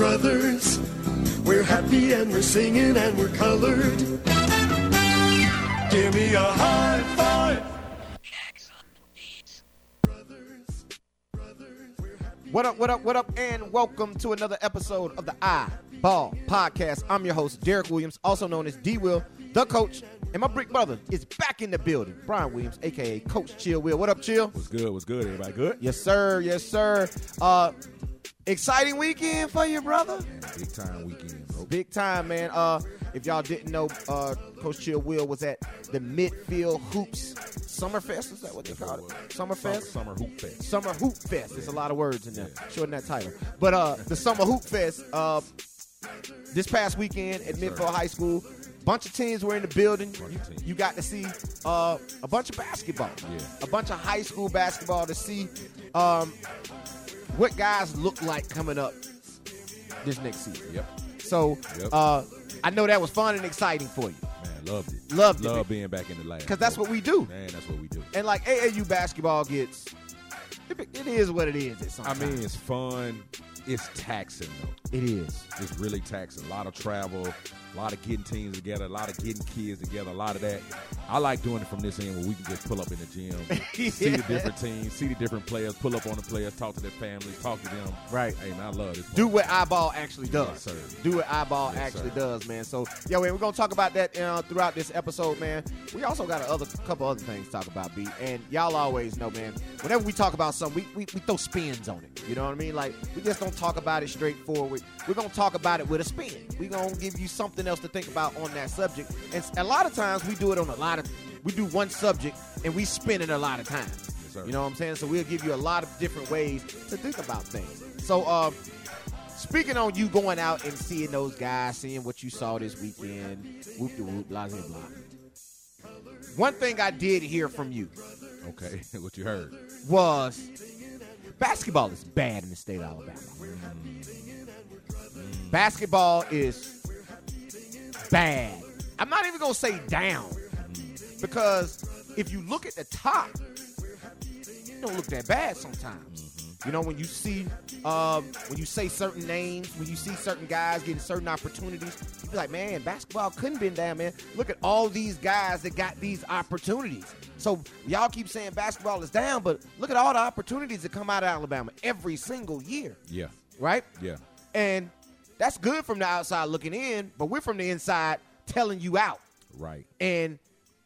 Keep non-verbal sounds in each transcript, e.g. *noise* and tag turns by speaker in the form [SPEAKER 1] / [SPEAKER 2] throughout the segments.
[SPEAKER 1] others. We're happy and we're singing and we're colored. Give me a high five. Brothers, brothers, we're happy
[SPEAKER 2] What up, what up, what up, and welcome to another episode of the I Ball Podcast. I'm your host, Derek Williams, also known as D Will, the coach, and my brick brother is back in the building, Brian Williams, aka Coach Chill Will. What up, Chill?
[SPEAKER 3] What's good? What's good? Everybody good?
[SPEAKER 2] Yes, sir, yes, sir. Uh exciting weekend for you, brother.
[SPEAKER 3] Big time weekend, bro.
[SPEAKER 2] Big time, man. Uh, if y'all didn't know, uh, Coach Chill Will was at the Midfield Hoops Summerfest. Is that what they call it? Summerfest?
[SPEAKER 3] Summer, summer hoop fest.
[SPEAKER 2] Summer Hoop Fest. There's a lot of words in there. Shorten that title. But uh, the Summer Hoop Fest uh, this past weekend at Midfield High School, bunch of teams were in the building.
[SPEAKER 3] Bunch
[SPEAKER 2] You,
[SPEAKER 3] of teams.
[SPEAKER 2] you got to see uh, a bunch of basketball,
[SPEAKER 3] Yeah.
[SPEAKER 2] a bunch of high school basketball to see um, what guys look like coming up this next season.
[SPEAKER 3] Yep.
[SPEAKER 2] So
[SPEAKER 3] Yep.
[SPEAKER 2] uh, I know that was fun and exciting for you
[SPEAKER 3] Man, loved it.
[SPEAKER 2] Loved it.
[SPEAKER 3] Love being back in the lab.
[SPEAKER 2] because that's
[SPEAKER 3] bro.
[SPEAKER 2] what we do.
[SPEAKER 3] Man, that's what we do.
[SPEAKER 2] And like AAU basketball gets, it, it is what it is. At some
[SPEAKER 3] I mean,
[SPEAKER 2] time.
[SPEAKER 3] it's fun. It's taxing though.
[SPEAKER 2] it is.
[SPEAKER 3] It's really taxing. A lot of travel, a lot of getting teams together, a lot of getting kids together, a lot of that. I like doing it from this end where we can just pull up in the gym, see
[SPEAKER 2] *laughs*
[SPEAKER 3] the
[SPEAKER 2] Yeah.
[SPEAKER 3] different teams, see the different players, pull up on the players, talk to their families, talk to them.
[SPEAKER 2] Right.
[SPEAKER 3] Hey man, I love this.
[SPEAKER 2] do what eyeball actually does.
[SPEAKER 3] sir.
[SPEAKER 2] Do what eyeball
[SPEAKER 3] Yes,
[SPEAKER 2] actually
[SPEAKER 3] sir.
[SPEAKER 2] does, man. So, yeah, man, we're gonna talk about that uh, throughout this episode, man. We also got a other couple other things to talk about, B. And y'all always know, man. Whenever we talk about something, we, we, we throw spins on it. You know what I mean? Like we just don't talk about it straightforward. We're gonna talk about it with a spin. We're gonna give you something else to think about on that subject. And s- a lot of times we do it on a lot of we do one subject and we spin it a lot of times.
[SPEAKER 3] Yes, sir.
[SPEAKER 2] you know what I'm saying? So we'll give you a lot of different ways to think about things. So um, Speaking on you going out and seeing those guys, seeing what you saw this weekend, whoop de whoop, blah blah blah. One thing I did hear from you
[SPEAKER 3] Okay, *laughs* what you heard.
[SPEAKER 2] was basketball is bad in the state of Alabama.
[SPEAKER 3] Mm.
[SPEAKER 2] Basketball is bad. I'm not even gonna say down
[SPEAKER 3] Mm.
[SPEAKER 2] because if you look at the top, it don't look that bad sometimes. Mm-hmm. You know when you see, um, when you say certain names, when you see certain guys getting certain opportunities, you be like, man, basketball couldn't been down, man. Look at all these guys that got these opportunities. So y'all keep saying basketball is down, but look at all the opportunities that come out of Alabama every single year,
[SPEAKER 3] Yeah,
[SPEAKER 2] right?
[SPEAKER 3] yeah.
[SPEAKER 2] And that's good from the outside looking in, but we're from the inside telling you out.
[SPEAKER 3] Right.
[SPEAKER 2] And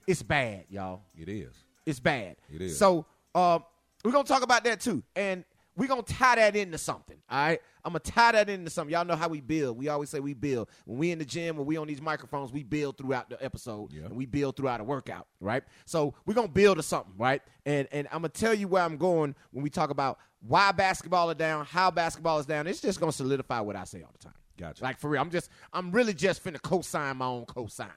[SPEAKER 2] it's bad, y'all.
[SPEAKER 3] It is.
[SPEAKER 2] It's bad.
[SPEAKER 3] It is.
[SPEAKER 2] So um, we're gonna talk about that too, and we're gonna tie that into something. All right, I'm gonna tie that into something. Y'all know how we build. We always say we build when we in the gym, when we on these microphones, we build throughout the episode,
[SPEAKER 3] Yeah.
[SPEAKER 2] and we build throughout a workout, right? So we're gonna build to something, right? And and I'm gonna tell you where I'm going when we talk about why basketball is down, how basketball is down. It's just gonna solidify what I say all the time.
[SPEAKER 3] Gotcha.
[SPEAKER 2] Like for real, I'm just I'm really just finna co-sign my own co-sign.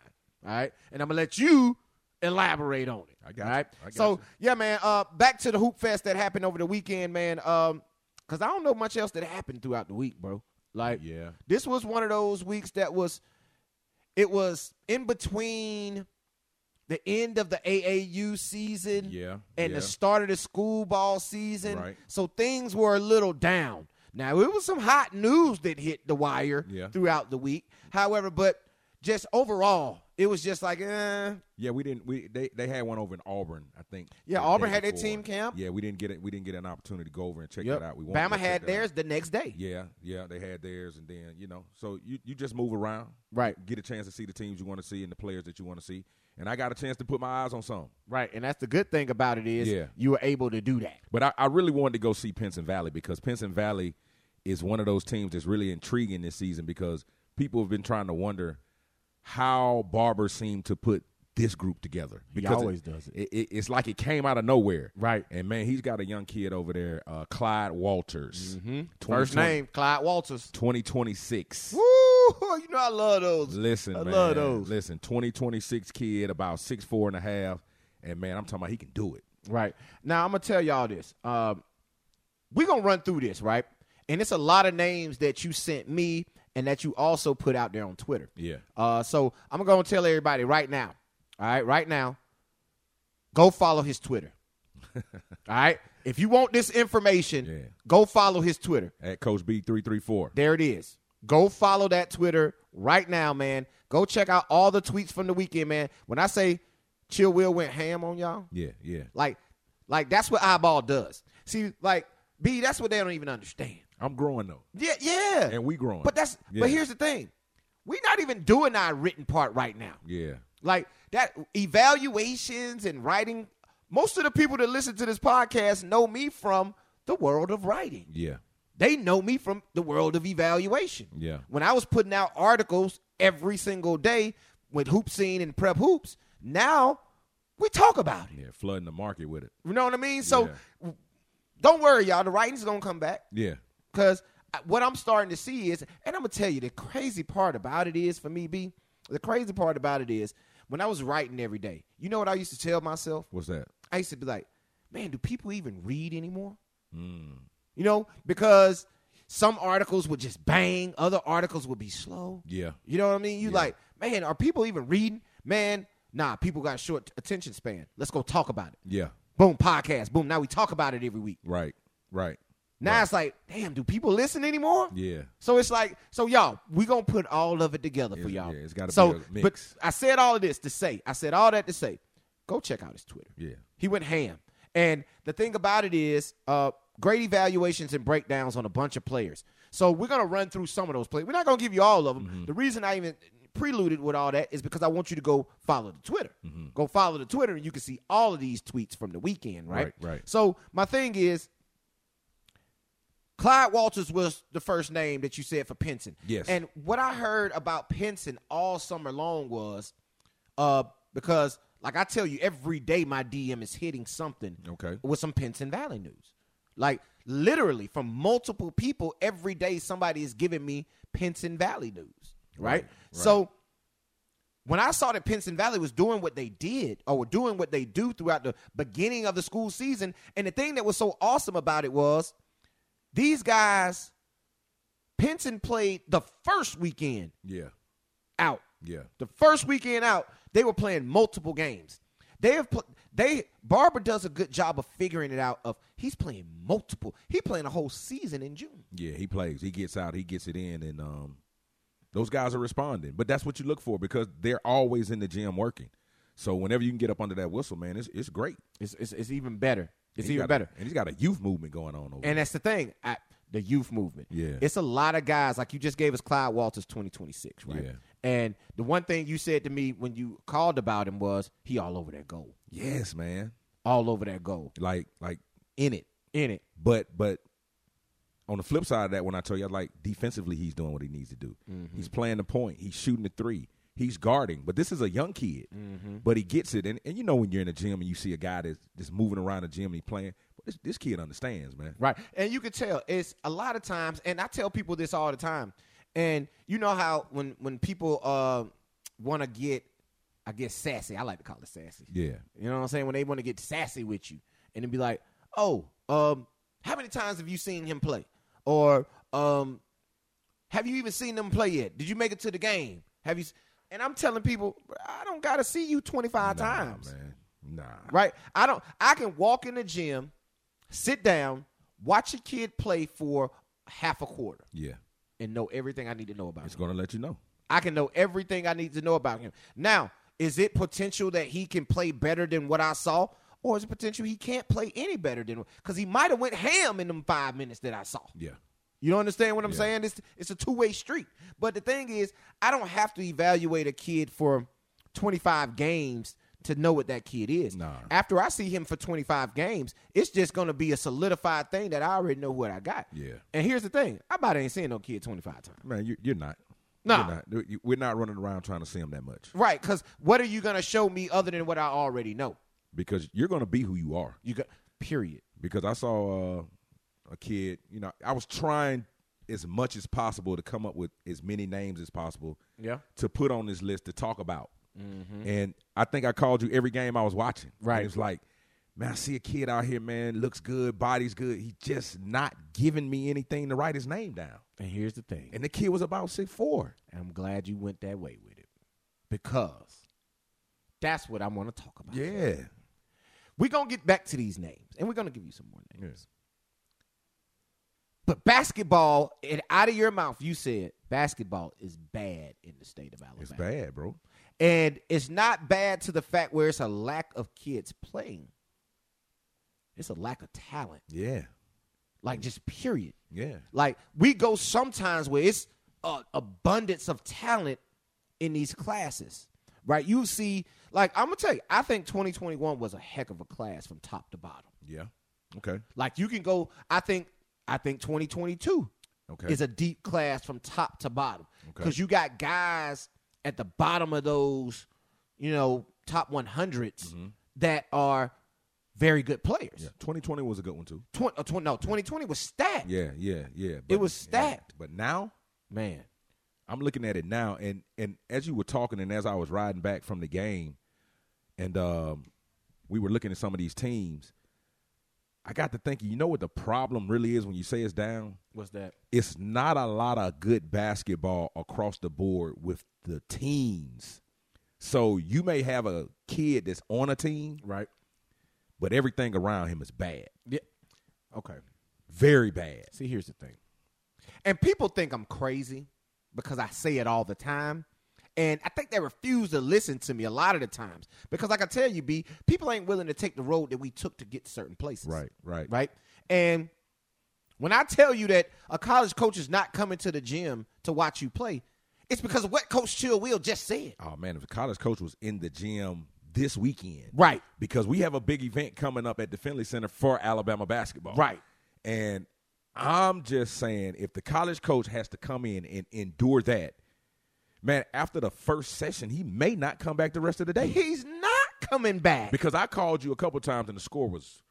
[SPEAKER 2] All right, and I'm gonna let you elaborate on it.
[SPEAKER 3] I got
[SPEAKER 2] All right.
[SPEAKER 3] you. I got
[SPEAKER 2] so
[SPEAKER 3] you.
[SPEAKER 2] yeah, man. Uh, back to the hoop fest that happened over the weekend, man. Um, cause I don't know much else that happened throughout the week, bro. Like,
[SPEAKER 3] Yeah.
[SPEAKER 2] this was one of those weeks that was, it was in between the end of the AAU season,
[SPEAKER 3] Yeah,
[SPEAKER 2] and
[SPEAKER 3] yeah.
[SPEAKER 2] the start of the school ball season.
[SPEAKER 3] Right.
[SPEAKER 2] So things were a little down. Now it was some hot news that hit the wire
[SPEAKER 3] Yeah.
[SPEAKER 2] throughout the week. However, but just overall, it was just like, eh,
[SPEAKER 3] Yeah, we didn't. We they, they had one over in Auburn, I think.
[SPEAKER 2] Yeah,
[SPEAKER 3] the
[SPEAKER 2] Auburn
[SPEAKER 3] day
[SPEAKER 2] had their
[SPEAKER 3] before.
[SPEAKER 2] team camp.
[SPEAKER 3] Yeah, we didn't get it. We didn't get an opportunity to go over and check
[SPEAKER 2] Yep.
[SPEAKER 3] that out. We wanted to
[SPEAKER 2] Bama
[SPEAKER 3] check
[SPEAKER 2] had
[SPEAKER 3] that
[SPEAKER 2] theirs
[SPEAKER 3] out.
[SPEAKER 2] the next day.
[SPEAKER 3] Yeah, yeah, they had theirs, and then you know, so you you just move around,
[SPEAKER 2] Right.
[SPEAKER 3] Get a chance to see the teams you want to see and the players that you want to see. And I got a chance to put my eyes on some,
[SPEAKER 2] Right. And that's the good thing about it is
[SPEAKER 3] Yeah.
[SPEAKER 2] you were able to do that.
[SPEAKER 3] but I, I really wanted to go see Penson Valley because Penson Valley is one of those teams that's really intriguing this season because people have been trying to wonder how Barber seemed to put this group together. Because
[SPEAKER 2] always does it.
[SPEAKER 3] it, it- It's like it came out of nowhere.
[SPEAKER 2] Right.
[SPEAKER 3] And man, he's got a young kid over there, uh, Clyde Walters. Mm-hmm.
[SPEAKER 2] First name, Clyde
[SPEAKER 3] *laughs*
[SPEAKER 2] Walters.
[SPEAKER 3] 2026.
[SPEAKER 2] Woo! You know I love those.
[SPEAKER 3] Listen,
[SPEAKER 2] I
[SPEAKER 3] man.
[SPEAKER 2] love those.
[SPEAKER 3] Listen, 2026 kid, about six four and a half, and man, I'm talking about he can do it.
[SPEAKER 2] Right. Now I'm gonna tell y'all this. Um, we're gonna run through this, right? And it's a lot of names that you sent me and that you also put out there on Twitter.
[SPEAKER 3] Yeah.
[SPEAKER 2] Uh, so I'm gonna tell everybody right now. All right, right now, go follow his
[SPEAKER 3] *laughs*
[SPEAKER 2] Twitter. all right. If you want this information,
[SPEAKER 3] Yeah.
[SPEAKER 2] go follow his Twitter.
[SPEAKER 3] At Coach B334.
[SPEAKER 2] There it is. Go follow that Twitter right now, man. Go check out all the tweets from the weekend, man. When I say Chill Will went ham on y'all,
[SPEAKER 3] Yeah, yeah.
[SPEAKER 2] like, like that's what eyeball does. See, like B, that's what they don't even understand.
[SPEAKER 3] I'm growing though.
[SPEAKER 2] Yeah, yeah.
[SPEAKER 3] And we growing.
[SPEAKER 2] But that's
[SPEAKER 3] Yeah.
[SPEAKER 2] but here's the thing. We're not even doing our written part right now.
[SPEAKER 3] Yeah.
[SPEAKER 2] Like that evaluations and writing. Most of the people that listen to this podcast know me from the world of writing.
[SPEAKER 3] Yeah.
[SPEAKER 2] They know me from the world of evaluation.
[SPEAKER 3] Yeah.
[SPEAKER 2] When I was putting out articles every single day with hoop scene and prep hoops, now we talk about it.
[SPEAKER 3] Yeah. Flooding the market with it.
[SPEAKER 2] You know what I mean? So
[SPEAKER 3] Yeah.
[SPEAKER 2] w- don't worry, y'all. The writing's gonna come back.
[SPEAKER 3] Yeah.
[SPEAKER 2] Because what I'm starting to see is, and I'm going to tell you, the crazy part about it is for me, B, the crazy part about it is when I was writing every day, you know what I used to tell myself?
[SPEAKER 3] What's that?
[SPEAKER 2] I used to be like, man, do people even read anymore?
[SPEAKER 3] Hmm.
[SPEAKER 2] You know, because some articles would just bang, other articles would be slow.
[SPEAKER 3] Yeah.
[SPEAKER 2] You know what I mean? You like, man, are people even reading? Man, nah, people got short attention span. Let's go talk about it.
[SPEAKER 3] Yeah.
[SPEAKER 2] Boom, podcast. Boom. Now we talk about it every week.
[SPEAKER 3] Right. Right.
[SPEAKER 2] Now it's like, damn, do people listen anymore?
[SPEAKER 3] Yeah.
[SPEAKER 2] So it's like, so y'all, we gonna put all of it together for
[SPEAKER 3] Yeah,
[SPEAKER 2] y'all.
[SPEAKER 3] yeah, it's gotta
[SPEAKER 2] so,
[SPEAKER 3] be a mix.
[SPEAKER 2] But I said all of this to say, I said all that to say, go check out his Twitter.
[SPEAKER 3] Yeah.
[SPEAKER 2] He went ham. And the thing about it is, uh, great evaluations and breakdowns on a bunch of players. So we're gonna run through some of those players. We're not gonna give you all of them.
[SPEAKER 3] Mm-hmm.
[SPEAKER 2] The reason I even preluded with all that is because I want you to go follow the Twitter.
[SPEAKER 3] Mm-hmm.
[SPEAKER 2] Go follow the Twitter, and you can see all of these tweets from the weekend, right?
[SPEAKER 3] Right, right.
[SPEAKER 2] So my thing is, Clyde Walters was the first name that you said for Penson.
[SPEAKER 3] Yes.
[SPEAKER 2] And what I heard about Penson all summer long was uh, because, like I tell you, every day my DM is hitting something
[SPEAKER 3] Okay.
[SPEAKER 2] with some Penson Valley news. Like, literally, from multiple people, every day somebody is giving me Penson Valley news. Right?
[SPEAKER 3] Right, right.
[SPEAKER 2] So, when I saw that Penson Valley was doing what they did or were doing what they do throughout the beginning of the school season, and the thing that was so awesome about it was these guys, Penson played the first weekend
[SPEAKER 3] Yeah.
[SPEAKER 2] out.
[SPEAKER 3] Yeah.
[SPEAKER 2] The first weekend out, they were playing multiple games. They have pl- they Barber does a good job of figuring it out. Of he's playing multiple. He playing a whole season in June.
[SPEAKER 3] Yeah, he plays. He gets out. He gets it in, and um, those guys are responding. But that's what you look for because they're always in the gym working. So whenever you can get up under that whistle, man, it's it's great.
[SPEAKER 2] It's it's, it's even better. It's
[SPEAKER 3] He's
[SPEAKER 2] even
[SPEAKER 3] got a-
[SPEAKER 2] better.
[SPEAKER 3] and he's got a youth movement going on over. there.
[SPEAKER 2] And that's the thing. I, the youth movement.
[SPEAKER 3] Yeah.
[SPEAKER 2] It's a lot of guys. Like you just gave us Clyde Walters 2026, right?
[SPEAKER 3] Yeah.
[SPEAKER 2] And the one thing you said to me when you called about him was he all over that goal.
[SPEAKER 3] yes, man.
[SPEAKER 2] All over that goal.
[SPEAKER 3] Like like,
[SPEAKER 2] In it. In it.
[SPEAKER 3] but but on the flip side of that, when I tell you, I like defensively, he's doing what he needs to do.
[SPEAKER 2] Mm-hmm.
[SPEAKER 3] He's playing the point. He's shooting the three. He's guarding. But this is a young kid,
[SPEAKER 2] Mm-hmm.
[SPEAKER 3] but he gets it. And and you know when you're in the gym and you see a guy that's just moving around the gym and he playing. But this, this kid understands, man.
[SPEAKER 2] Right. And you can tell it's a lot of times, and I tell people this all the time. And you know how when when people uh want to get, I guess sassy. I like to call it sassy.
[SPEAKER 3] Yeah.
[SPEAKER 2] You know what I'm saying? When they want to get sassy with you and then be like, "Oh, um, how many times have you seen him play?" Or um, "Have you even seen them play yet? Did you make it to the game? Have you?" s-" And I'm telling people, I don't gotta see you 25
[SPEAKER 3] Nah,
[SPEAKER 2] times
[SPEAKER 3] man. Nah.
[SPEAKER 2] right? I don't. I can walk in the gym, sit down, watch a kid play for half a quarter,
[SPEAKER 3] Yeah.
[SPEAKER 2] and know everything I need to know about
[SPEAKER 3] It's
[SPEAKER 2] him.
[SPEAKER 3] gonna let you know.
[SPEAKER 2] I can know everything I need to know about him. Now, is it potential that he can play better than what I saw, or is it potential he can't play any better than? Because he might have went ham in them five minutes that I saw.
[SPEAKER 3] Yeah.
[SPEAKER 2] You don't understand what I'm
[SPEAKER 3] Yeah.
[SPEAKER 2] saying? It's it's a two way street. But the thing is, I don't have to evaluate a kid for 25 games to know what that kid is.
[SPEAKER 3] Nah.
[SPEAKER 2] After I see him for 25 games, it's just gonna be a solidified thing that I already know what I got.
[SPEAKER 3] Yeah.
[SPEAKER 2] And here's the thing: I about ain't seen no kid 25 times.
[SPEAKER 3] Man, you, you're not.
[SPEAKER 2] Nah.
[SPEAKER 3] You're not. You- We're not running around trying to see him that much
[SPEAKER 2] Right? Because what are you gonna show me other than what I already know?
[SPEAKER 3] because you're gonna be who you are.
[SPEAKER 2] You got period.
[SPEAKER 3] Because I saw uh, a kid. You know, I was trying as much as possible to come up with as many names as possible.
[SPEAKER 2] Yeah. Mm-hmm.
[SPEAKER 3] To put on this list to talk about. And I think I called you every game I was watching.
[SPEAKER 2] Right.
[SPEAKER 3] And it was like, man, I see a kid out here, man, looks good, body's good. He's just not giving me anything to write his name down.
[SPEAKER 2] And here's the thing:
[SPEAKER 3] And the kid was about six four.
[SPEAKER 2] and I'm glad you went that way with it because that's what I want to talk about.
[SPEAKER 3] Yeah.
[SPEAKER 2] We're gonna get back to these names, and we're gonna give you some more names. But basketball, and out of your mouth, you said basketball is bad in the state of Alabama.
[SPEAKER 3] It's bad, bro.
[SPEAKER 2] And it's not bad to the fact where it's a lack of kids playing. It's a lack of talent.
[SPEAKER 3] Yeah.
[SPEAKER 2] Like just period.
[SPEAKER 3] Yeah.
[SPEAKER 2] Like we go sometimes where it's a abundance of talent in these classes. Right? You see like I'm going to tell you, I think 2021 was a heck of a class from top to bottom.
[SPEAKER 3] Yeah. Okay.
[SPEAKER 2] Like you can go I think I think 2022
[SPEAKER 3] Okay.
[SPEAKER 2] is a deep class from top to bottom
[SPEAKER 3] Okay.
[SPEAKER 2] because you got guys at the bottom of those, you know, top 100s that are very good players.
[SPEAKER 3] Mm-hmm. yeah. 2020 was a good one too.
[SPEAKER 2] Twen- uh, twen- no, 2020 was stacked.
[SPEAKER 3] Yeah, yeah, yeah.
[SPEAKER 2] was stacked.
[SPEAKER 3] But now
[SPEAKER 2] Man,
[SPEAKER 3] I'm looking at it now, and and as you were talking, and as I was riding back from the game, and um, we were looking at some of these teams, I got to thinking. You know what the problem really is when you say it's down?
[SPEAKER 2] what's that?
[SPEAKER 3] It's not a lot of good basketball across the board with the teams. So you may have a kid that's on a team,
[SPEAKER 2] Right.
[SPEAKER 3] but everything around him is bad,
[SPEAKER 2] Yeah. Okay.
[SPEAKER 3] very bad.
[SPEAKER 2] See, here's the thing. And people think I'm crazy because I say it all the time. And I think they refuse to listen to me a lot of the times because, like I tell you, B, people ain't willing to take the road that we took to get to certain places.
[SPEAKER 3] Right, right.
[SPEAKER 2] Right. And when I tell you that a college coach is not coming to the gym to watch you play, it's because of what Coach Chill Will just said.
[SPEAKER 3] Oh man, if the college coach was in the gym this weekend,
[SPEAKER 2] Right.
[SPEAKER 3] because we have a big event coming up at the Finley Center for Alabama basketball.
[SPEAKER 2] Right.
[SPEAKER 3] And I'm just saying, if the college coach has to come in and endure that, man, after the first session, he may not come back the rest of the day.
[SPEAKER 2] He's not coming back.
[SPEAKER 3] Because I called you a couple times and the score was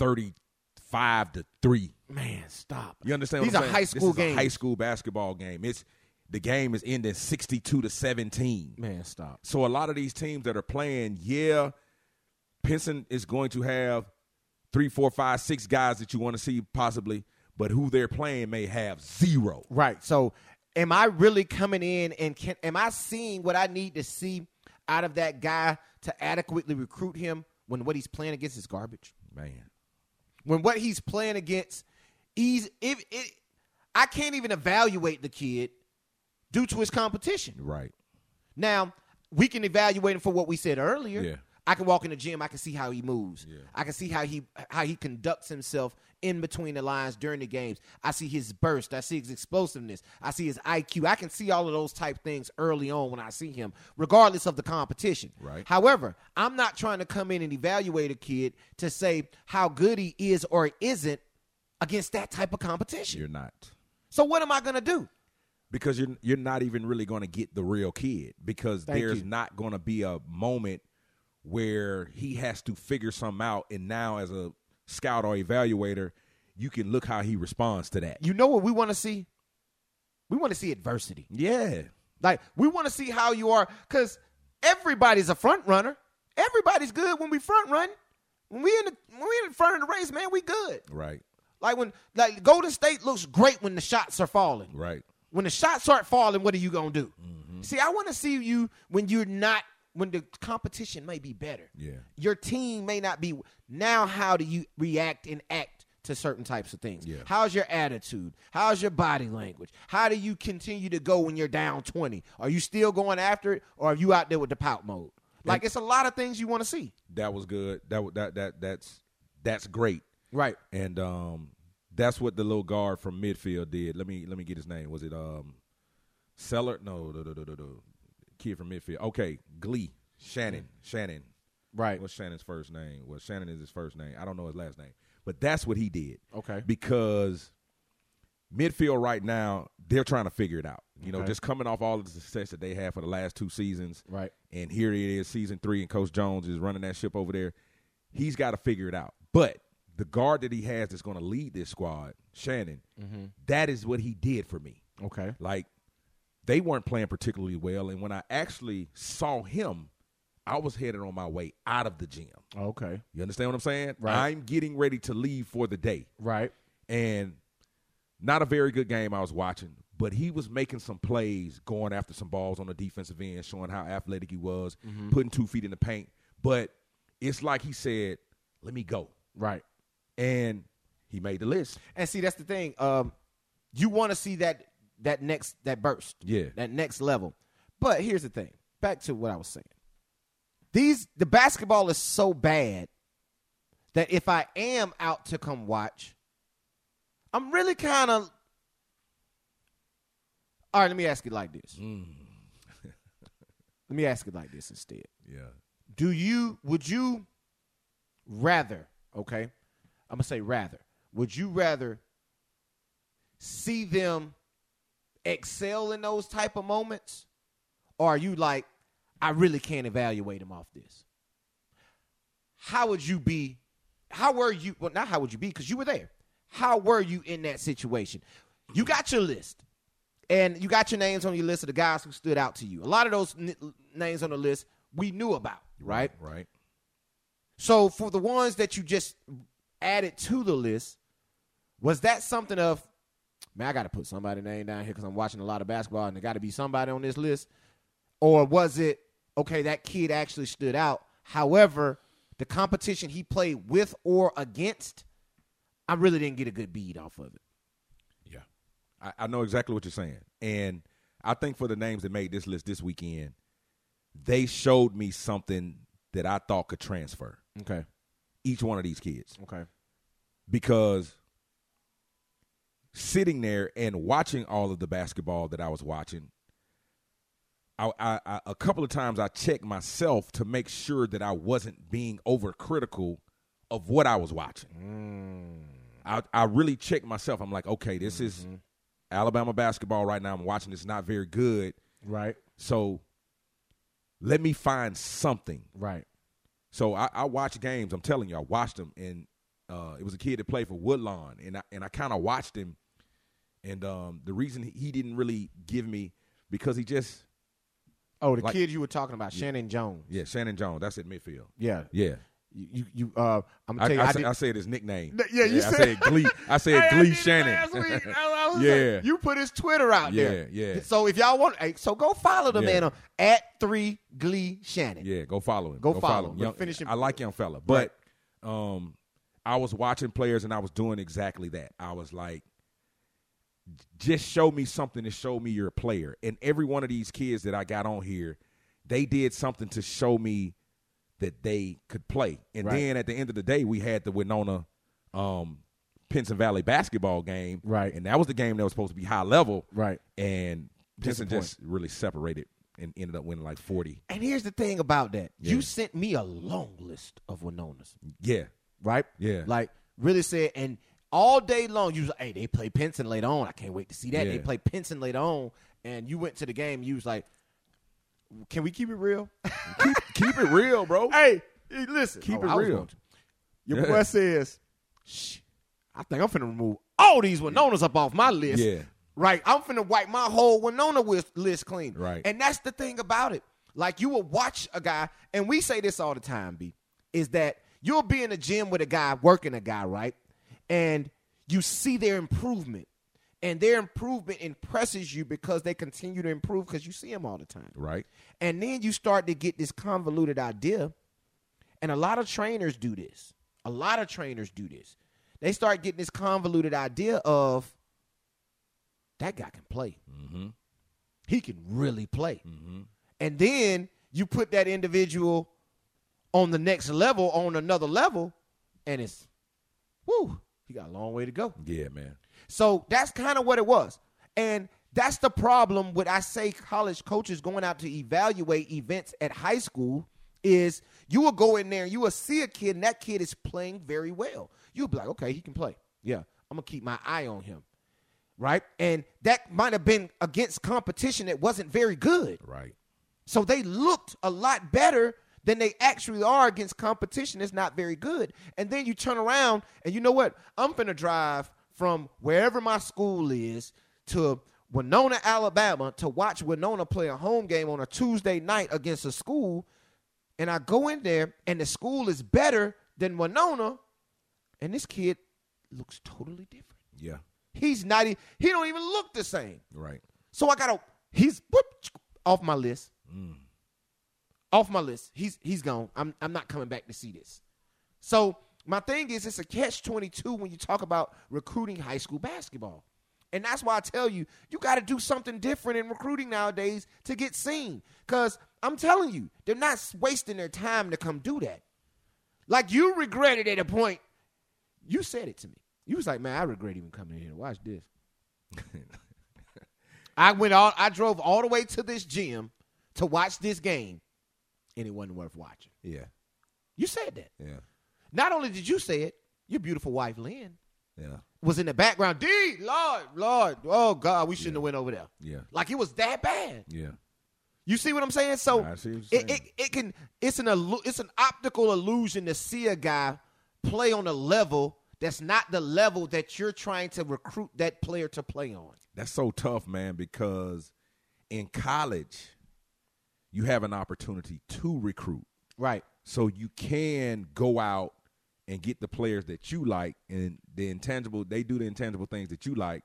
[SPEAKER 3] 35 to 3.
[SPEAKER 2] Man, stop.
[SPEAKER 3] You understand
[SPEAKER 2] These
[SPEAKER 3] what I'm
[SPEAKER 2] are
[SPEAKER 3] saying?
[SPEAKER 2] high
[SPEAKER 3] This
[SPEAKER 2] school
[SPEAKER 3] is a
[SPEAKER 2] games.
[SPEAKER 3] high school basketball game. It's the game is ending 62 to 17.
[SPEAKER 2] Man, stop.
[SPEAKER 3] So a lot of these teams that are playing, yeah, Pinson is going to have three, four, five, six guys that you want to see possibly, but who they're playing may have zero.
[SPEAKER 2] Right. So, am I really coming in and can am I seeing what I need to see out of that guy to adequately recruit him when what he's playing against is garbage?
[SPEAKER 3] Man.
[SPEAKER 2] When what he's playing against, he's if it, I can't even evaluate the kid due to his competition.
[SPEAKER 3] Right.
[SPEAKER 2] Now we can evaluate him for what we said earlier.
[SPEAKER 3] Yeah.
[SPEAKER 2] I can walk in the gym. I can see how he moves. I can see how he how he conducts himself in between the lines during the games. I see his burst. I see his explosiveness. I see his IQ. I can see all of those type things early on when I see him, regardless of the competition.
[SPEAKER 3] Right.
[SPEAKER 2] However, I'm not trying to come in and evaluate a kid to say how good he is or isn't against that type of competition.
[SPEAKER 3] You're not.
[SPEAKER 2] so what am I going to do?
[SPEAKER 3] Because you're you're not even really going to get the real kid because
[SPEAKER 2] Thank
[SPEAKER 3] there's
[SPEAKER 2] you.
[SPEAKER 3] not going to be a moment where he has to figure something out and now as a scout or evaluator, you can look how he responds to that.
[SPEAKER 2] You know what we want to see? We want to see adversity.
[SPEAKER 3] Yeah.
[SPEAKER 2] Like we want to see how you are, because everybody's a front runner. Everybody's good when we front run. When we in the when we in the front of the race, man, we good.
[SPEAKER 3] Right.
[SPEAKER 2] Like when like Golden State looks great when the shots are falling.
[SPEAKER 3] Right.
[SPEAKER 2] When the shots aren't falling, what are you gonna do? See, I want to see you when you're not when the competition may be better.
[SPEAKER 3] Yeah.
[SPEAKER 2] Your team may not be now. How do you react and act to certain types of things?
[SPEAKER 3] Yeah.
[SPEAKER 2] How's your attitude? How's your body language? How do you continue to go when you're down twenty? Are you still going after it, or are you out there with the pout mode? Like it's a lot of things you want to see.
[SPEAKER 3] that was good. That wa- that that that's that's great.
[SPEAKER 2] Right.
[SPEAKER 3] And um, that's what the little guard from midfield did. Let me let me get his name. Was it um, Seller? No, no, no, no, no, no. Kid from midfield. Okay, Glee Shannon. Shannon.
[SPEAKER 2] Right.
[SPEAKER 3] What's Shannon's first name? Well, Shannon is his first name. I don't know his last name, but that's what he did.
[SPEAKER 2] Okay.
[SPEAKER 3] Because midfield right now, they're trying to figure it out. You know,
[SPEAKER 2] Okay.
[SPEAKER 3] just coming off all of the success that they had for the last two seasons.
[SPEAKER 2] Right.
[SPEAKER 3] And here it is, season three, and Coach Jones is running that ship over there. He's got to figure it out. But the guard that he has that's going to lead this squad, Shannon, that is what he did for me.
[SPEAKER 2] Mm-hmm. Okay.
[SPEAKER 3] Like they weren't playing particularly well, and when I actually saw him, I was headed on my way out of the gym.
[SPEAKER 2] Okay.
[SPEAKER 3] You understand what I'm saying?
[SPEAKER 2] Right.
[SPEAKER 3] I'm getting ready to leave for the day,
[SPEAKER 2] Right.
[SPEAKER 3] and not a very good game I was watching. But he was making some plays, going after some balls on the defensive end, showing how athletic he was, putting two feet in the paint. But it's like he said, "Let me go."
[SPEAKER 2] Right.
[SPEAKER 3] and He made the list.
[SPEAKER 2] And see, that's the thing. Um, you want to see that that next that burst,
[SPEAKER 3] Yeah.
[SPEAKER 2] that next level. But here's the thing. Back to what I was saying. These the basketball is so bad that if I am out to come watch, I'm really kind of. All right, let me ask it like this. *laughs* let me ask it like this instead
[SPEAKER 3] Yeah.
[SPEAKER 2] do you would you rather okay i'm gonna say rather would you rather see them excel in those type of moments or are you like i really can't evaluate them off this how would you be how were you well not how would you be because you were there how were you in that situation you got your list and you got your names on your list of the guys who stood out to you a lot of those n- names on the list we knew about right
[SPEAKER 3] Right.
[SPEAKER 2] so for the ones that you just added to the list, was that something of, man, I got to put somebody's name down here because I'm watching a lot of basketball and there got to be somebody on this list? Or was it, okay, that kid actually stood out. However, the competition he played with or against, I really didn't get a good bead off of it.
[SPEAKER 3] Yeah. I, I know exactly what you're saying. And I think for the names that made this list this weekend, they showed me something that I thought could transfer.
[SPEAKER 2] Okay.
[SPEAKER 3] Each one of these kids.
[SPEAKER 2] Okay.
[SPEAKER 3] because sitting there and watching all of the basketball that I was watching, I, I, I a couple of times I checked myself to make sure that I wasn't being overcritical of what I was watching. I, I really checked myself. I'm like, okay, this is Alabama basketball right now. I'm watching. It's not very good.
[SPEAKER 2] Right.
[SPEAKER 3] So let me find something
[SPEAKER 2] Right.
[SPEAKER 3] so I, I watched games. I'm telling you, I watched them, and uh, it was a kid that played for Woodlawn, and I and I kind of watched him, and um, the reason he, he didn't really give me because he just
[SPEAKER 2] Oh, the
[SPEAKER 3] Like-
[SPEAKER 2] kid you were talking about, Shannon Jones.
[SPEAKER 3] yeah Shannon Jones. That's at midfield.
[SPEAKER 2] Yeah.
[SPEAKER 3] Yeah,
[SPEAKER 2] You, you, you uh, I'm going
[SPEAKER 3] I,
[SPEAKER 2] to tell you,
[SPEAKER 3] I,
[SPEAKER 2] I
[SPEAKER 3] said,
[SPEAKER 2] did-
[SPEAKER 3] I said his nickname.
[SPEAKER 2] Th- yeah, you
[SPEAKER 3] I
[SPEAKER 2] said-
[SPEAKER 3] said Glee. I said
[SPEAKER 2] Hey, I
[SPEAKER 3] Glee
[SPEAKER 2] did it
[SPEAKER 3] Shannon.
[SPEAKER 2] last week. I- I was
[SPEAKER 3] Yeah.
[SPEAKER 2] like, you put his Twitter out there.
[SPEAKER 3] Yeah, yeah.
[SPEAKER 2] So if y'all want, hey, so go follow the
[SPEAKER 3] Yeah.
[SPEAKER 2] man on at three Glee Shannon.
[SPEAKER 3] Yeah, go follow him.
[SPEAKER 2] Go follow him.
[SPEAKER 3] Young-
[SPEAKER 2] But finish him-
[SPEAKER 3] I like young fella, but um, I was watching players and I was doing exactly that. I was like, j- just show me something to show me you're a player. And every one of these kids that I got on here, they did something to show me that they could play. And
[SPEAKER 2] Right.
[SPEAKER 3] then at the end of the day, we had the Winona um, Pinson Valley basketball game,
[SPEAKER 2] Right.
[SPEAKER 3] And that was the game that was supposed to be high level,
[SPEAKER 2] Right.
[SPEAKER 3] And Pinson just really separated and ended up winning like forty.
[SPEAKER 2] And here's the thing about that: you
[SPEAKER 3] Yeah.
[SPEAKER 2] sent me a long list of Winonas,
[SPEAKER 3] Yeah,
[SPEAKER 2] right?
[SPEAKER 3] Yeah.
[SPEAKER 2] Like really said, and all day long you was like, "Hey, they play Penson later on. I can't wait to see that. They
[SPEAKER 3] Yeah.
[SPEAKER 2] play Penson later on." And you went to the game. You was like, "Can we keep it real?"
[SPEAKER 3] keep, keep it real,
[SPEAKER 2] *laughs*
[SPEAKER 3] bro.
[SPEAKER 2] hey, listen,
[SPEAKER 3] Keep
[SPEAKER 2] Oh,
[SPEAKER 3] it
[SPEAKER 2] I was
[SPEAKER 3] real.
[SPEAKER 2] going to. Your
[SPEAKER 3] Yeah.
[SPEAKER 2] boy says, "Shh, I think I'm finna remove all these Winonas up off my list."
[SPEAKER 3] Yeah.
[SPEAKER 2] Right, I'm finna wipe my whole Winona wi- list clean.
[SPEAKER 3] Right.
[SPEAKER 2] and that's the thing about it. Like you will watch a guy, and we say this all the time, B, is that you'll be in the gym with a guy, working a guy, right, and you see their improvement, and their improvement impresses you because they continue to improve because you see them all the time.
[SPEAKER 3] Right.
[SPEAKER 2] And then you start to get this convoluted idea. And a lot of trainers do this. A lot of trainers do this. They start getting this convoluted idea of that guy can play. He can really play. And then you put that individual on the next level, on another level, and it's, whoo, he got a long way to go.
[SPEAKER 3] Yeah, man.
[SPEAKER 2] So that's kind of what it was. And that's the problem with I say college coaches going out to evaluate events at high school is you will go in there and you will see a kid and that kid is playing very well. You'll be like, okay, he can play. Yeah, I'm gonna keep my eye on him. Right? And that might have been against competition that wasn't very good.
[SPEAKER 3] Right.
[SPEAKER 2] So they looked a lot better than they actually are against competition that's not very good. And then you turn around and you know what? I'm finna drive from wherever my school is to Winona, Alabama to watch Winona play a home game on a Tuesday night against a school. And I go in there and the school is better than Winona. And this kid looks totally different.
[SPEAKER 3] Yeah.
[SPEAKER 2] He's not, e- he don't even look the same.
[SPEAKER 3] Right.
[SPEAKER 2] So I gotta he's whoop, off my list. Off my list. He's he's gone. I'm I'm not coming back to see this. So My thing is, it's a catch 22 when you talk about recruiting high school basketball. And that's why I tell you, you got to do something different in recruiting nowadays to get seen. Because I'm telling you, they're not s- wasting their time to come do that. Like you regretted at a point. You said it to me. You was like, man, I regret even coming in here. Watch this. I went all I drove all the way to this gym to watch this game, and it wasn't worth watching.
[SPEAKER 3] Yeah,
[SPEAKER 2] You said that.
[SPEAKER 3] yeah,
[SPEAKER 2] Not only did you say it, your beautiful wife Lynn
[SPEAKER 3] yeah,
[SPEAKER 2] was in the background. D Lord, Lord, oh God, we shouldn't have went over there.
[SPEAKER 3] yeah,
[SPEAKER 2] Like it was that bad.
[SPEAKER 3] yeah.
[SPEAKER 2] You see what I'm saying? So
[SPEAKER 3] I see what you're
[SPEAKER 2] it, it
[SPEAKER 3] saying.
[SPEAKER 2] it can it's an illu- it's an optical illusion to see a guy play on a level that's not the level that you're trying to recruit that player to play on.
[SPEAKER 3] That's so tough, man, because in college you have an opportunity to recruit.
[SPEAKER 2] Right.
[SPEAKER 3] So you can go out and get the players that you like and the intangible they do the intangible things that you like,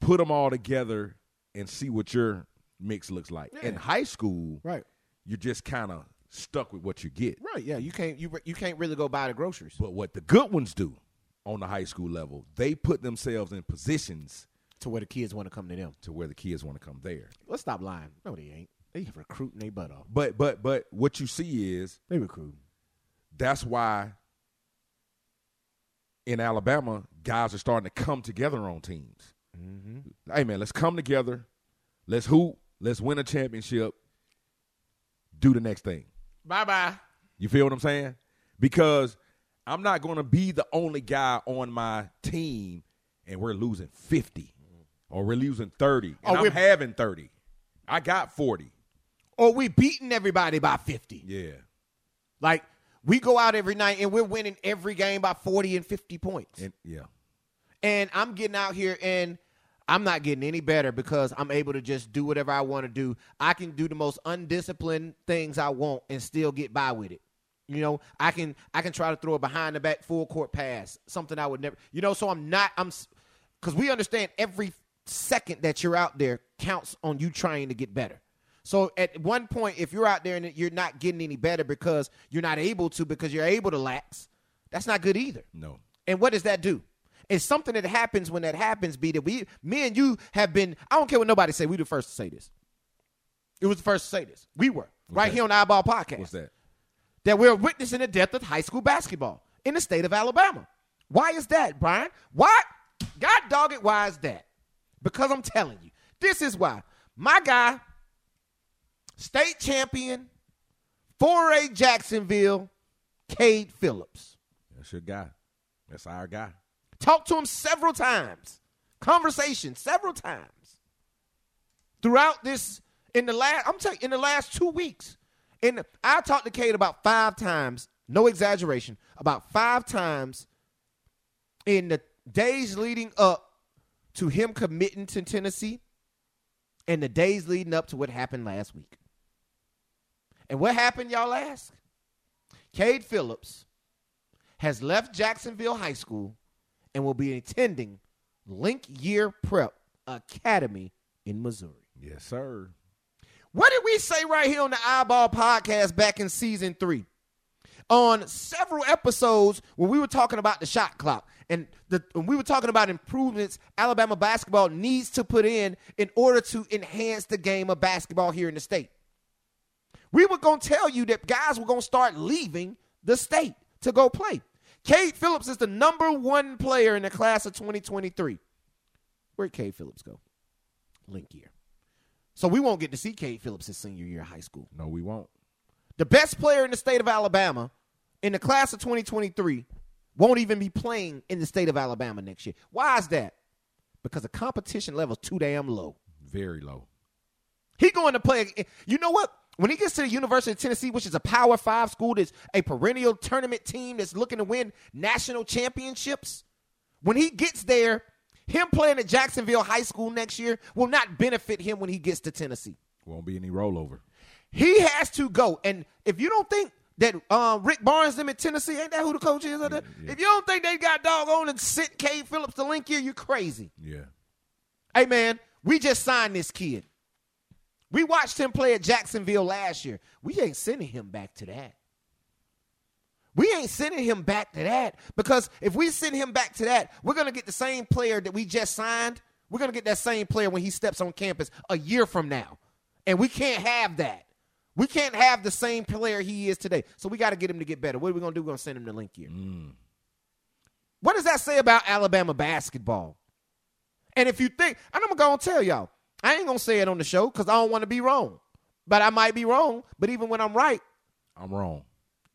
[SPEAKER 3] put them all together and see what your mix looks like. In high school,
[SPEAKER 2] Right.
[SPEAKER 3] you're just kind of stuck with what you get.
[SPEAKER 2] Right. Yeah. You can't you you can't really go buy the groceries
[SPEAKER 3] But what the good ones do on the high school level, they put themselves in positions
[SPEAKER 2] to where the kids want to come to them.
[SPEAKER 3] to where the kids want to come there.
[SPEAKER 2] Let's stop lying. No, they ain't. They recruiting their butt off.
[SPEAKER 3] But but but what you see is
[SPEAKER 2] They recruiting.
[SPEAKER 3] that's why in Alabama, guys are starting to come together on teams. Hey, man, let's come together. Let's hoop. Let's win a championship. Do the next thing.
[SPEAKER 2] Bye bye.
[SPEAKER 3] You feel what I'm saying? Because I'm not going to be the only guy on my team and we're losing 50 or we're losing 30. And
[SPEAKER 2] Oh,
[SPEAKER 3] I'm
[SPEAKER 2] we're-
[SPEAKER 3] having 30. I got 40.
[SPEAKER 2] Or Oh, we beating everybody by fifty.
[SPEAKER 3] Yeah.
[SPEAKER 2] Like we go out every night and we're winning every game by forty and fifty points.
[SPEAKER 3] And yeah.
[SPEAKER 2] and I'm getting out here and I'm not getting any better because I'm able to just do whatever I want to do. I can do the most undisciplined things I want and still get by with it. You know, I can I can try to throw a behind the back full court pass, something I would never. You know, so I'm not I'm cuz we understand every second that you're out there counts on you trying to get better. So at one point if you're out there and you're not getting any better because you're not able to because you're able to lax, that's not good either.
[SPEAKER 3] No.
[SPEAKER 2] And what does that do? It's something that happens when that happens, B, that we me and you have been I don't care what nobody say, we the first to say this. It was the first to say this. We were. Right
[SPEAKER 3] that?
[SPEAKER 2] here on the Eyeball Podcast.
[SPEAKER 3] What's that?
[SPEAKER 2] That we're witnessing the death of high school basketball in the state of Alabama. Why is that, Brian? Why? God dog it, why is that? Because I'm telling you, this is why. My guy, state champion, 4A Jacksonville, Cade Phillips.
[SPEAKER 3] That's your guy. That's our guy.
[SPEAKER 2] Talked to him several times. Conversation several times. Throughout this in the last I'm telling you, in the last two weeks. And I talked to Kate about five times, no exaggeration, about five times in the days leading up to him committing to Tennessee and the days leading up to what happened last week. And what happened, y'all ask? Cade Phillips has left Jacksonville High School and will be attending Link Year Prep Academy in Missouri.
[SPEAKER 3] Yes, sir.
[SPEAKER 2] What did we say right here on the Eyeball Podcast back in season three? On several episodes when we were talking about the shot clock and the, when we were talking about improvements Alabama basketball needs to put in in order to enhance the game of basketball here in the state. We were going to tell you that guys were going to start leaving the state to go play. Cade Phillips is the number one player in the class of 2023. Where'd Cade Phillips go? Link year. So we won't get to see Cade Phillips his senior year of high school.
[SPEAKER 3] No, we won't.
[SPEAKER 2] The best player in the state of Alabama in the class of 2023 won't even be playing in the state of Alabama next year. Why is that? Because the competition level's too damn low.
[SPEAKER 3] Very low.
[SPEAKER 2] He going to play. You know what? When he gets to the University of Tennessee, which is a Power Five school, that's a perennial tournament team that's looking to win national championships. When he gets there, him playing at Jacksonville High School next year will not benefit him when he gets to Tennessee.
[SPEAKER 3] Won't be any rollover.
[SPEAKER 2] He has to go. And if you don't think that uh, Rick Barnes them in Tennessee ain't that who the coach is? out there? If you don't think they got dog on and sent Cade Phillips to link here, you crazy.
[SPEAKER 3] Yeah.
[SPEAKER 2] Hey man, we just signed this kid. We watched him play at Jacksonville last year. We ain't sending him back to that. We ain't sending him back to that because if we send him back to that, we're going to get the same player that we just signed. We're going to get that same player when he steps on campus a year from now. And we can't have that. We can't have the same player he is today. So we got to get him to get better. What are we going to do? We're going to send him to Lincoln. What does that say about Alabama basketball? And if you think, and I'm going to tell y'all, I ain't going to say it on the show because I don't want to be wrong. But I might be wrong. But even when I'm right,
[SPEAKER 3] I'm wrong,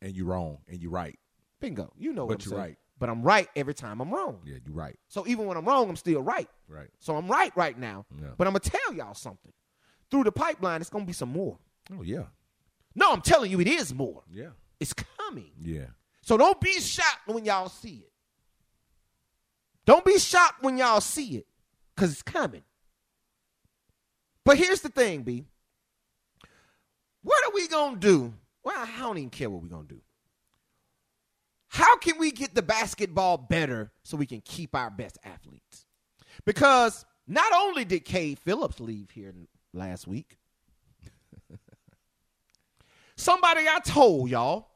[SPEAKER 3] and you're wrong, and you're right.
[SPEAKER 2] bingo, you know what
[SPEAKER 3] But
[SPEAKER 2] I'm
[SPEAKER 3] you're
[SPEAKER 2] saying.
[SPEAKER 3] right.
[SPEAKER 2] But I'm right every time I'm wrong.
[SPEAKER 3] Yeah, you're right.
[SPEAKER 2] So even when I'm wrong, I'm still right.
[SPEAKER 3] Right.
[SPEAKER 2] So I'm right right now.
[SPEAKER 3] Yeah.
[SPEAKER 2] But I'm going to tell y'all something. Through the pipeline, it's going to be some more.
[SPEAKER 3] Oh yeah,
[SPEAKER 2] No, I'm telling you, it is more.
[SPEAKER 3] yeah,
[SPEAKER 2] It's coming.
[SPEAKER 3] yeah.
[SPEAKER 2] So don't be shocked when y'all see it. Don't be shocked when y'all see it, because it's coming. But here's the thing, B. What are we going to do? Well, I don't even care what we're going to do. How can we get the basketball better so we can keep our best athletes? Because not only did Cade Phillips leave here last week, *laughs* somebody I told y'all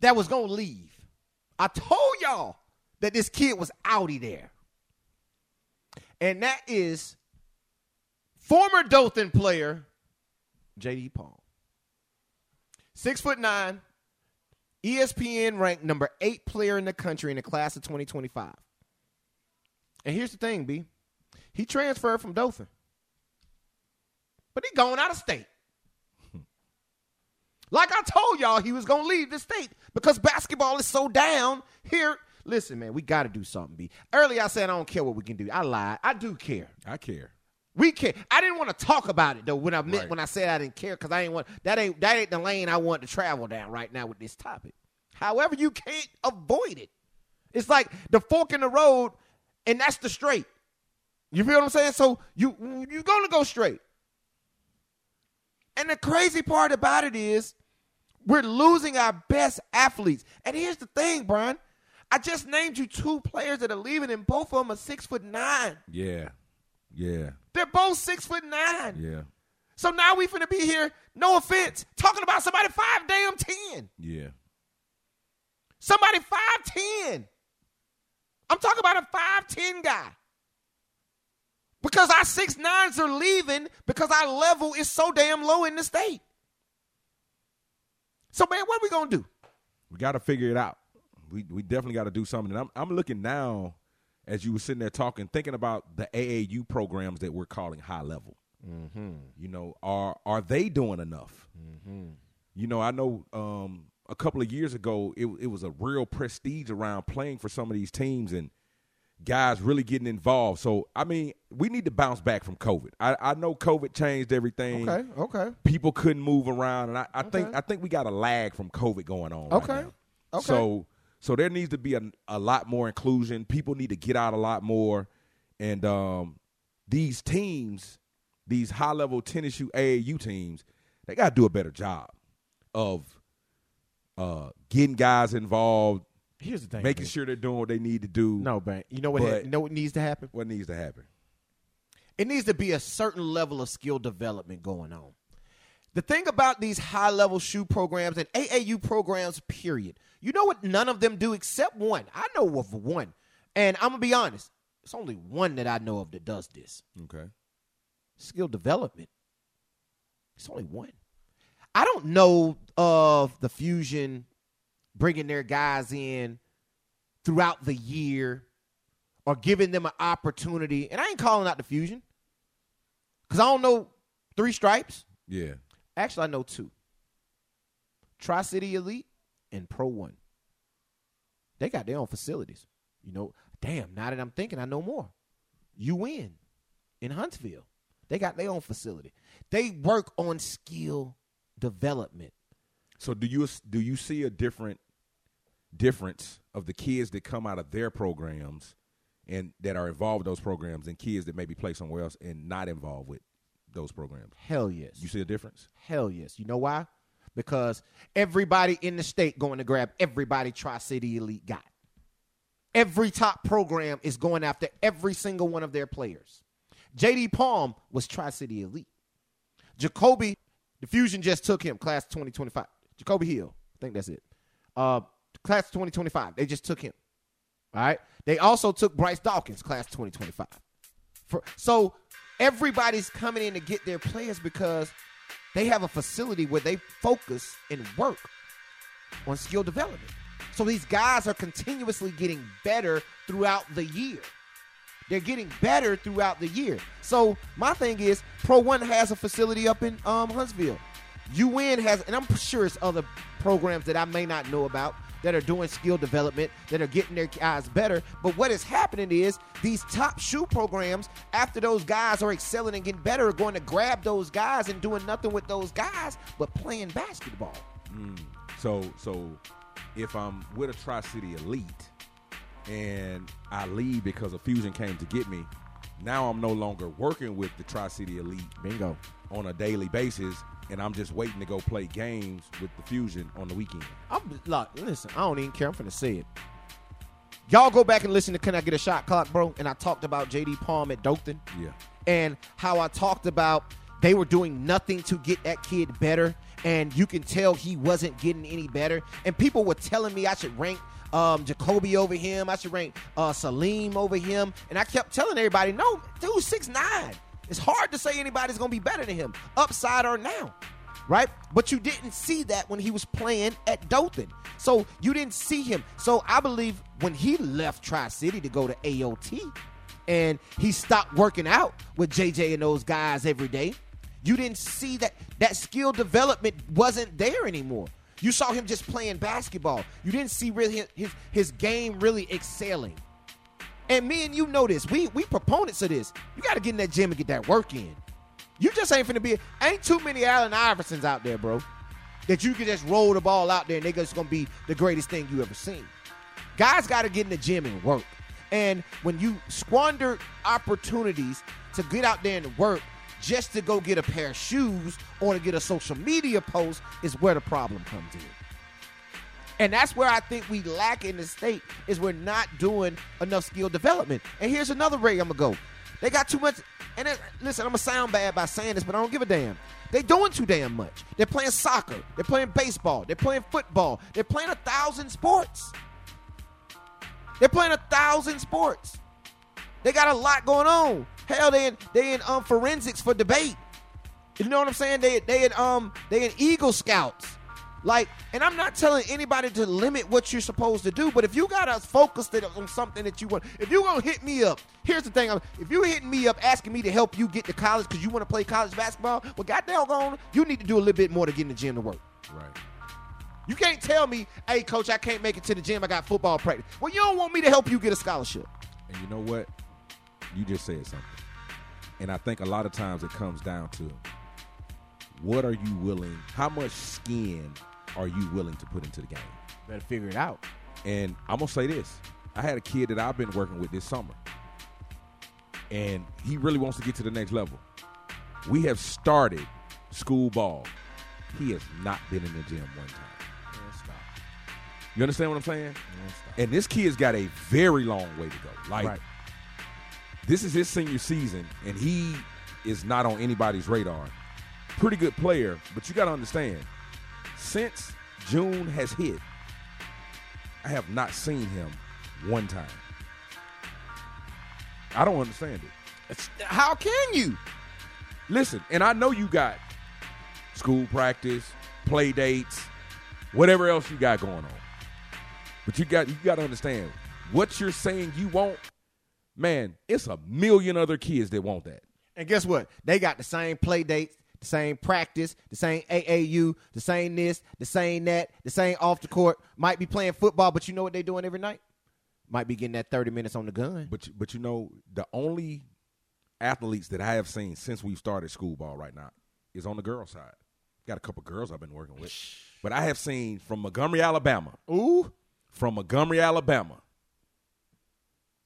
[SPEAKER 2] that was gonna leave. I told y'all that this kid was outie there. And that is former Dothan player JD Paul. Six foot nine, E ESPN ranked number eight player in the country in the class of 2025. And here's the thing, B. He transferred from Dothan. But he gone out of state. Like I told y'all, he was gonna leave the state because basketball is so down here. Listen, man, we gotta do something. B. Earlier, I said I don't care what we can do. I lied. I do care.
[SPEAKER 3] I care.
[SPEAKER 2] We care. I didn't want to talk about it though when I meant
[SPEAKER 3] Right.
[SPEAKER 2] when I said I didn't care because I ain't want that ain't that ain't the lane I want to travel down right now with this topic. However, you can't avoid it. It's like the fork in the road, and that's the straight. You feel what I'm saying? So you you're gonna go straight. And the crazy part about it is we're losing our best athletes. And here's the thing, Brian. I just named you two players that are leaving, and both of them are six foot nine.
[SPEAKER 3] Yeah, yeah,
[SPEAKER 2] They're both six foot nine.
[SPEAKER 3] yeah,
[SPEAKER 2] So now we finna be here, no offense, talking about somebody five damn ten.
[SPEAKER 3] yeah.
[SPEAKER 2] Somebody five ten. I'm talking about a five ten guy. Because our six nines are leaving because our level is so damn low in the state. So man, what are we gonna do?
[SPEAKER 3] We got to figure it out. We we definitely got to do something. And I'm I'm looking now as you were sitting there talking, thinking about the AAU programs that we're calling high level. You know, are are they doing enough? You know, I know um, a couple of years ago it it was a real prestige around playing for some of these teams and guys really getting involved. So I mean, we need to bounce back from COVID. I, I know COVID changed everything
[SPEAKER 2] okay,
[SPEAKER 3] people couldn't move around, and I, I think I think we got a lag from COVID going on. right
[SPEAKER 2] Okay.
[SPEAKER 3] now.
[SPEAKER 2] Okay.
[SPEAKER 3] So so there needs to be a, a lot more inclusion. People need to get out a lot more, and um, these teams, these high level tennis shoe AAU teams, they got to do a better job of uh, getting guys involved,
[SPEAKER 2] Here's the thing.
[SPEAKER 3] making sure they're doing what they need to do.
[SPEAKER 2] No, man. You know what
[SPEAKER 3] But-
[SPEAKER 2] you know what needs to happen?
[SPEAKER 3] what needs to happen?
[SPEAKER 2] it needs to be a certain level of skill development going on. The thing about these high level shoe programs and AAU programs, period, you know what none of them do except one. I know of one. And I'm going to be honest, it's only one that I know of that does this
[SPEAKER 3] Okay.
[SPEAKER 2] skill development. It's only one. I don't know of the Fusion bringing their guys in throughout the year or giving them an opportunity. And I ain't calling out the Fusion because I don't know three stripes.
[SPEAKER 3] Yeah.
[SPEAKER 2] Actually, I know two Tri City Elite and Pro One. They got their own facilities. You know, damn, now that I'm thinking, I know more. UN in Huntsville, they got their own facility. They work on skill development.
[SPEAKER 3] So do you do you see a different difference of the kids that come out of their programs and that are involved in those programs and kids that maybe play somewhere else and not involved with those programs?
[SPEAKER 2] Hell yes.
[SPEAKER 3] You see a difference?
[SPEAKER 2] Hell yes. You know why? Because everybody in the state going to grab everybody Tri City Elite got. Every top program is going after every single one of their players. JD Palm was Tri City Elite. Jacoby, the Fusion just took him, class 2025. Jacoby Hill, I think that's it. Uh, class of 2025. They just took him. All right. They also took Bryce Dawkins, class of 2025. For, so everybody's coming in to get their players because they have a facility where they focus and work on skill development. So these guys are continuously getting better throughout the year. They're getting better throughout the year. So my thing is, Pro One has a facility up in um, Huntsville. UN has, and I'm sure it's other programs that I may not know about that are doing skill development, that are getting their guys better. But what is happening is these top shoe programs, after those guys are excelling and getting better, are going to grab those guys and doing nothing with those guys but playing basketball.
[SPEAKER 3] So so if I'm with a Tri City Elite and I leave because a fusion came to get me, now I'm no longer working with the Tri City Elite
[SPEAKER 2] Bingo.
[SPEAKER 3] on a daily basis and I'm just waiting to go play games with the fusion on the weekend.
[SPEAKER 2] I'm look, listen, I don't even care. I'm finna say it. Y'all go back and listen to Can I Get a Shot Clock, bro? And I talked about JD Palm at Dothan.
[SPEAKER 3] Yeah.
[SPEAKER 2] And how I talked about they were doing nothing to get that kid better. And you can tell he wasn't getting any better. And people were telling me I should rank um, Jacoby over him. I should rank uh, Salim over him. And I kept telling everybody, no, dude, six nine. It's hard to say anybody's going to be better than him, upside or now right? But you didn't see that when he was playing at Dothan. So you didn't see him. So I believe when he left Tri City to go to AOT and he stopped working out with JJ and those guys every day, you didn't see that that skill development wasn't there anymore. You saw him just playing basketball. You didn't see really his, his game really excelling. And me and you know this. We we proponents of this. You got to get in that gym and get that work in. You just ain't finna be. Ain't too many Allen Iversons out there, bro. That you can just roll the ball out there and they just gonna be the greatest thing you ever seen. Guys got to get in the gym and work. And when you squander opportunities to get out there and work just to go get a pair of shoes or to get a social media post is where the problem comes in. And that's where I think we lack in the state is we're not doing enough skill development. And here's another way I'm gonna go. They got too much. And it, listen, I'm gonna sound bad by saying this, but I don't give a damn. They doing too damn much. They're playing soccer. They're playing baseball. They're playing football. They're playing a thousand sports. They're playing a thousand sports. They got a lot going on. Hell, they in they in um forensics for debate. You know what I'm saying? They they in um they in Eagle Scouts. Like, and I'm not telling anybody to limit what you're supposed to do, but if you got us focused it on something that you want, if you're gonna hit me up, here's the thing: I'm- if you're hitting me up asking me to help you get to college because you want to play college basketball, well, goddamn, gone, you need to do a little bit more to get in the gym to work.
[SPEAKER 3] Right.
[SPEAKER 2] You can't tell me, hey, coach, I can't make it to the gym. I got football practice. Well, you don't want me to help you get a scholarship.
[SPEAKER 3] And you know what? You just said something. And I think a lot of times it comes down to what are you willing, how much skin are you willing to put into the game?
[SPEAKER 2] Better figure it out.
[SPEAKER 3] And I'm gonna say this: I had a kid that I've been working with this summer, and he really wants to get to the next level. We have started school ball. He has not been in the gym one time. You understand what I'm saying? And this kid's got a very long way to go. Like,
[SPEAKER 2] Right.
[SPEAKER 3] this is his senior season, and he is not on anybody's radar. Pretty good player, but you got to understand, since June has hit, I have not seen him one time. I don't understand it.
[SPEAKER 2] How can you?
[SPEAKER 3] Listen, and I know you got school practice, play dates, whatever else you got going on. But you got you got to understand what you're saying you want. Man, it's a million other kids that want that.
[SPEAKER 2] And guess what? They got the same play dates, the same practice, the same AAU, the same this, the same that, the same off the court. Might be playing football, but you know what they doing every night? Might be getting that 30 minutes on the gun.
[SPEAKER 3] But you- but you know the only athletes that I have seen since we've started school ball right now is on the girls' side. Got a couple girls I've been working with, but I have seen from Montgomery, Alabama,
[SPEAKER 2] Ooh.
[SPEAKER 3] from Montgomery, Alabama,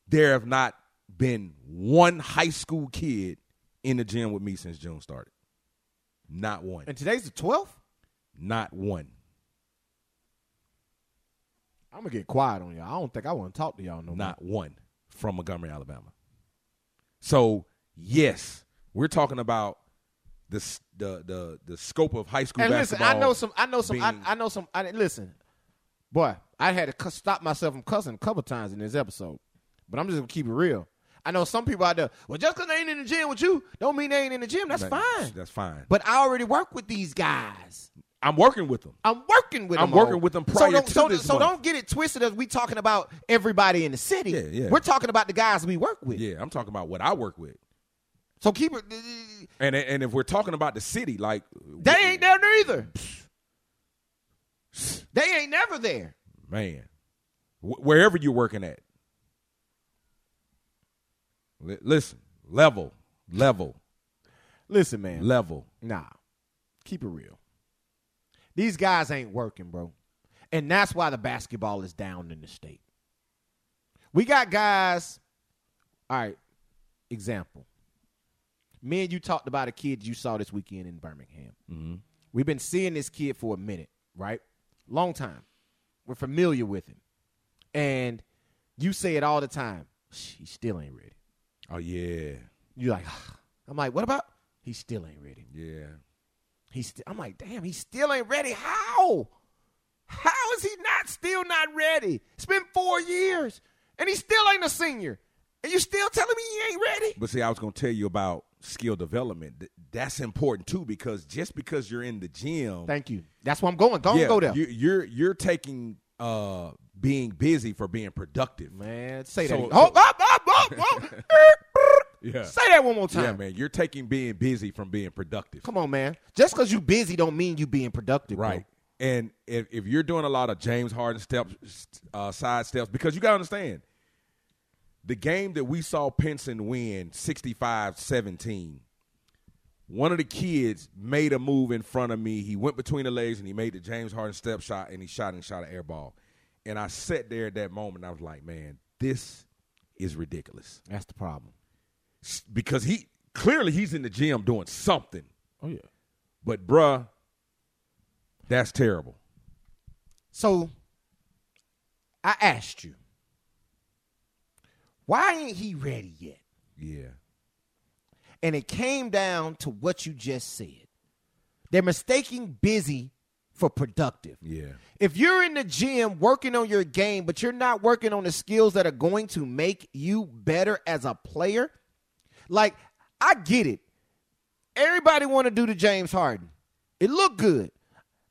[SPEAKER 3] there have not been one high school kid in the gym with me since June started. Not one.
[SPEAKER 2] And today's the 12th?
[SPEAKER 3] Not one.
[SPEAKER 2] I'm going to get quiet on y'all. I don't think I want to talk to y'all no more.
[SPEAKER 3] Not one from Montgomery, Alabama. So, yes, we're talking about the s- the the the scope of high school
[SPEAKER 2] and listen,
[SPEAKER 3] basketball.
[SPEAKER 2] I know some. I know some. I,
[SPEAKER 3] being-
[SPEAKER 2] I know some. I, listen, boy, I had to cu- stop myself from cussing a couple times in this episode, but I'm just gonna keep it real. I know some people out there. Well, just because they ain't in the gym with you, don't mean they ain't in the gym. That's
[SPEAKER 3] that-
[SPEAKER 2] fine.
[SPEAKER 3] That's fine. But
[SPEAKER 2] but I already work with these guys.
[SPEAKER 3] I'm working with them.
[SPEAKER 2] I'm working with
[SPEAKER 3] I'm
[SPEAKER 2] them. all.
[SPEAKER 3] working with them
[SPEAKER 2] So
[SPEAKER 3] prior
[SPEAKER 2] don't,
[SPEAKER 3] to
[SPEAKER 2] so,
[SPEAKER 3] this
[SPEAKER 2] so
[SPEAKER 3] month.
[SPEAKER 2] don't get it twisted as we talking about everybody in the city.
[SPEAKER 3] Yeah, yeah.
[SPEAKER 2] We're talking about the guys we work with.
[SPEAKER 3] Yeah, I'm talking about what I work with.
[SPEAKER 2] So keep it.
[SPEAKER 3] And and if we're talking about the city, like
[SPEAKER 2] They ain't there neither. They ain't never there.
[SPEAKER 3] man, wh- wherever you're working at, li- listen, level, level,
[SPEAKER 2] Listen, man.
[SPEAKER 3] level.
[SPEAKER 2] Nah, keep it real. These guys ain't working, bro. And that's why the basketball is down in the state. We got guys. All right, example. Me and you talked about a kid you saw this weekend in Birmingham. We've been seeing this kid for a minute, right? Long time. We're familiar with him. And you say it all the time. "Shh, He still ain't ready.
[SPEAKER 3] Oh yeah,
[SPEAKER 2] You're like, "Ah." I'm like, what about? He still ain't ready.
[SPEAKER 3] yeah.
[SPEAKER 2] He's st- I'm like, damn, he still ain't ready. How? How is he not still not ready? It's been four years, and he still ain't a senior. And you still telling me he ain't ready?
[SPEAKER 3] But see, I was gonna tell you about skill development. Th- That's important too because just because you're in the gym,
[SPEAKER 2] Thank you. That's where I'm going. Go
[SPEAKER 3] yeah,
[SPEAKER 2] and go there,
[SPEAKER 3] You, you're you're taking uh being busy for being productive.
[SPEAKER 2] man. Say
[SPEAKER 3] So-
[SPEAKER 2] that. Hold up, up, up, up.
[SPEAKER 3] *laughs* Yeah.
[SPEAKER 2] Say that one more time.
[SPEAKER 3] Yeah, man, you're taking being busy from being productive.
[SPEAKER 2] Come on, man. Just because you busy don't mean you being productive, bro.
[SPEAKER 3] Right. And if, if you're doing a lot of James Harden steps, uh, side steps, because you got to understand, the game that we saw Pinson win 65 17, one of the kids made a move in front of me. He went between the legs and he made the James Harden step shot and he shot and shot an air ball. And I sat there at that moment and I was like, man, this is ridiculous.
[SPEAKER 2] That's the problem.
[SPEAKER 3] S- Because he clearly he's in the gym doing something.
[SPEAKER 2] Oh yeah.
[SPEAKER 3] But bruh, that's terrible.
[SPEAKER 2] So I asked you, why ain't he ready yet?
[SPEAKER 3] Yeah.
[SPEAKER 2] And it came down to what you just said. They're mistaking busy for productive.
[SPEAKER 3] Yeah.
[SPEAKER 2] If you're in the gym working on your game, but you're not working on the skills that are going to make you better as a player, like I get it. Everybody want to do the James Harden. It looked good.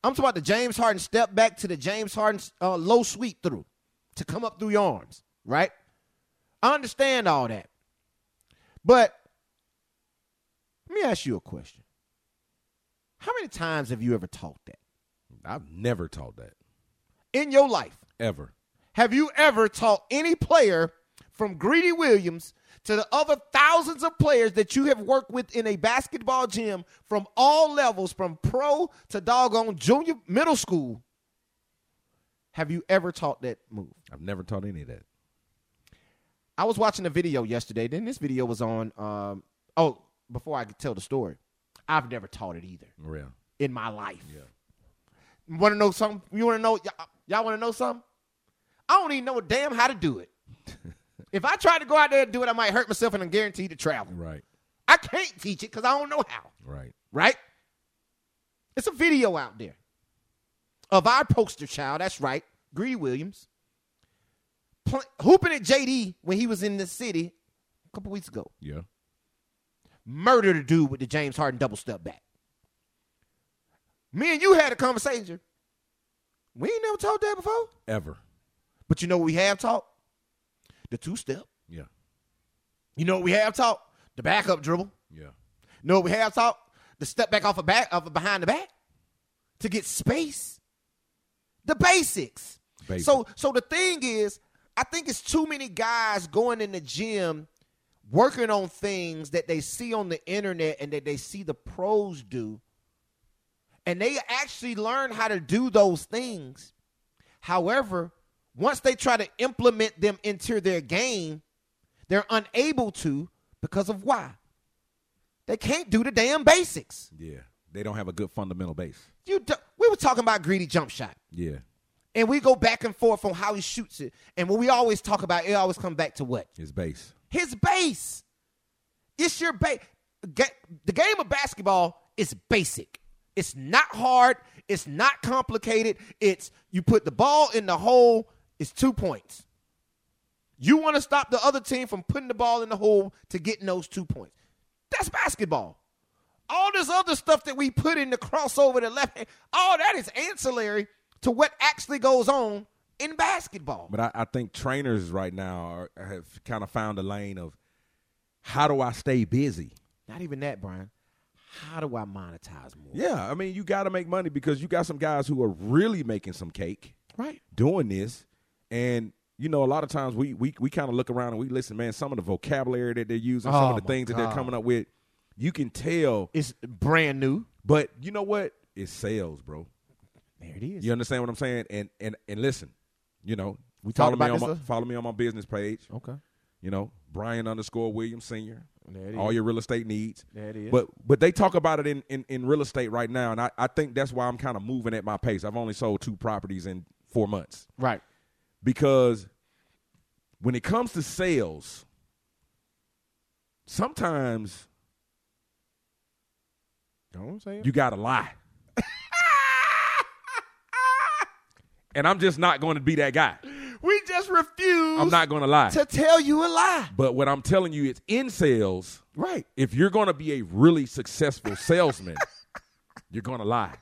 [SPEAKER 2] I'm talking about the James Harden step back to the James Harden uh, low sweep through to come up through your arms, right? I understand all that. But let me ask you a question. How many times have you ever taught that
[SPEAKER 3] I've never taught that
[SPEAKER 2] in your life?
[SPEAKER 3] ever.
[SPEAKER 2] Have you ever taught any player from Greedy Williams to the other thousands of players that you have worked with in a basketball gym from all levels, from pro to doggone junior middle school? Have you ever taught that move?
[SPEAKER 3] I've never taught any of that.
[SPEAKER 2] I was watching a video yesterday. Then this video was on. Um, oh, before I could tell the story, I've never taught it either
[SPEAKER 3] Real.
[SPEAKER 2] in my life. Want to know something? You want to know? Y'all, y'all want to know something? I don't even know damn how to do it. if I tried to go out there and do it, I might hurt myself and I'm guaranteed to travel.
[SPEAKER 3] Right.
[SPEAKER 2] I can't teach it because I don't know how.
[SPEAKER 3] Right.
[SPEAKER 2] Right? It's a video out there of our poster child. That's right, Greedy Williams, pl- hooping at JD when he was in the city a couple weeks ago
[SPEAKER 3] Yeah.
[SPEAKER 2] murdered a dude with the James Harden double step back. Me and you had a conversation. We ain't never talked that before.
[SPEAKER 3] Ever.
[SPEAKER 2] But you know what we have talked? The two step.
[SPEAKER 3] Yeah.
[SPEAKER 2] You know what we have talked? The backup dribble.
[SPEAKER 3] Yeah.
[SPEAKER 2] You know what we have talked? The step back off a back off a behind the back to get space. The basics.
[SPEAKER 3] Basic.
[SPEAKER 2] So so the thing is, I think it's too many guys going in the gym working on things that they see on the internet and that they see the pros do. And they actually learn how to do those things. However, once they try to implement them into their game, they're unable to because of why? They can't do the damn basics.
[SPEAKER 3] Yeah. They don't have a good fundamental base.
[SPEAKER 2] You do- we were talking about greedy jump shot.
[SPEAKER 3] Yeah.
[SPEAKER 2] And we go back and forth on how he shoots it. And when we always talk about it, it always comes back to what?
[SPEAKER 3] His base.
[SPEAKER 2] His base. It's your base. Ga- the game of basketball It's basic. It's not hard. It's not complicated. It's you put the ball in the hole, it's two points. You want to stop the other team from putting the ball in the hole to getting those two points. That's basketball. All this other stuff that we put in the crossover, the left hand, all that is ancillary to what actually goes on in basketball.
[SPEAKER 3] But I, I think trainers right now are, have kind of found a lane of how do I stay busy?
[SPEAKER 2] Not even that, Brian. How do I monetize more?
[SPEAKER 3] Yeah, I mean, you got to make money because you got some guys who are really making some cake
[SPEAKER 2] Right.
[SPEAKER 3] doing this. And, you know, a lot of times we we, we kind of look around and we listen, man, some of the vocabulary that they're using, some
[SPEAKER 2] Oh,
[SPEAKER 3] of the
[SPEAKER 2] my
[SPEAKER 3] things that they're
[SPEAKER 2] God.
[SPEAKER 3] coming up with, you can tell.
[SPEAKER 2] It's brand new.
[SPEAKER 3] But you know what? It's sales, bro.
[SPEAKER 2] There it is.
[SPEAKER 3] You understand what I'm saying? And and and listen, you know, we
[SPEAKER 2] Talked
[SPEAKER 3] follow me
[SPEAKER 2] about
[SPEAKER 3] on
[SPEAKER 2] this, Oh.
[SPEAKER 3] my,
[SPEAKER 2] uh,
[SPEAKER 3] follow me on my business page.
[SPEAKER 2] Okay.
[SPEAKER 3] You know, Brian underscore Williams Senior.
[SPEAKER 2] There it
[SPEAKER 3] All
[SPEAKER 2] is.
[SPEAKER 3] your real estate needs.
[SPEAKER 2] There it is.
[SPEAKER 3] But but they talk about it in, in, in real estate right now, and I, I think that's why I'm kind of moving at my pace. I've only sold two properties in four months
[SPEAKER 2] Right.
[SPEAKER 3] because when it comes to sales, sometimes
[SPEAKER 2] You know what I'm saying?
[SPEAKER 3] you gotta lie. and I'm just not going to be that guy.
[SPEAKER 2] we just refuse
[SPEAKER 3] I'm not going to lie.
[SPEAKER 2] to tell you a lie.
[SPEAKER 3] But what I'm telling you, it's in sales.
[SPEAKER 2] Right.
[SPEAKER 3] If you're going to be a really successful salesman, you're going to lie.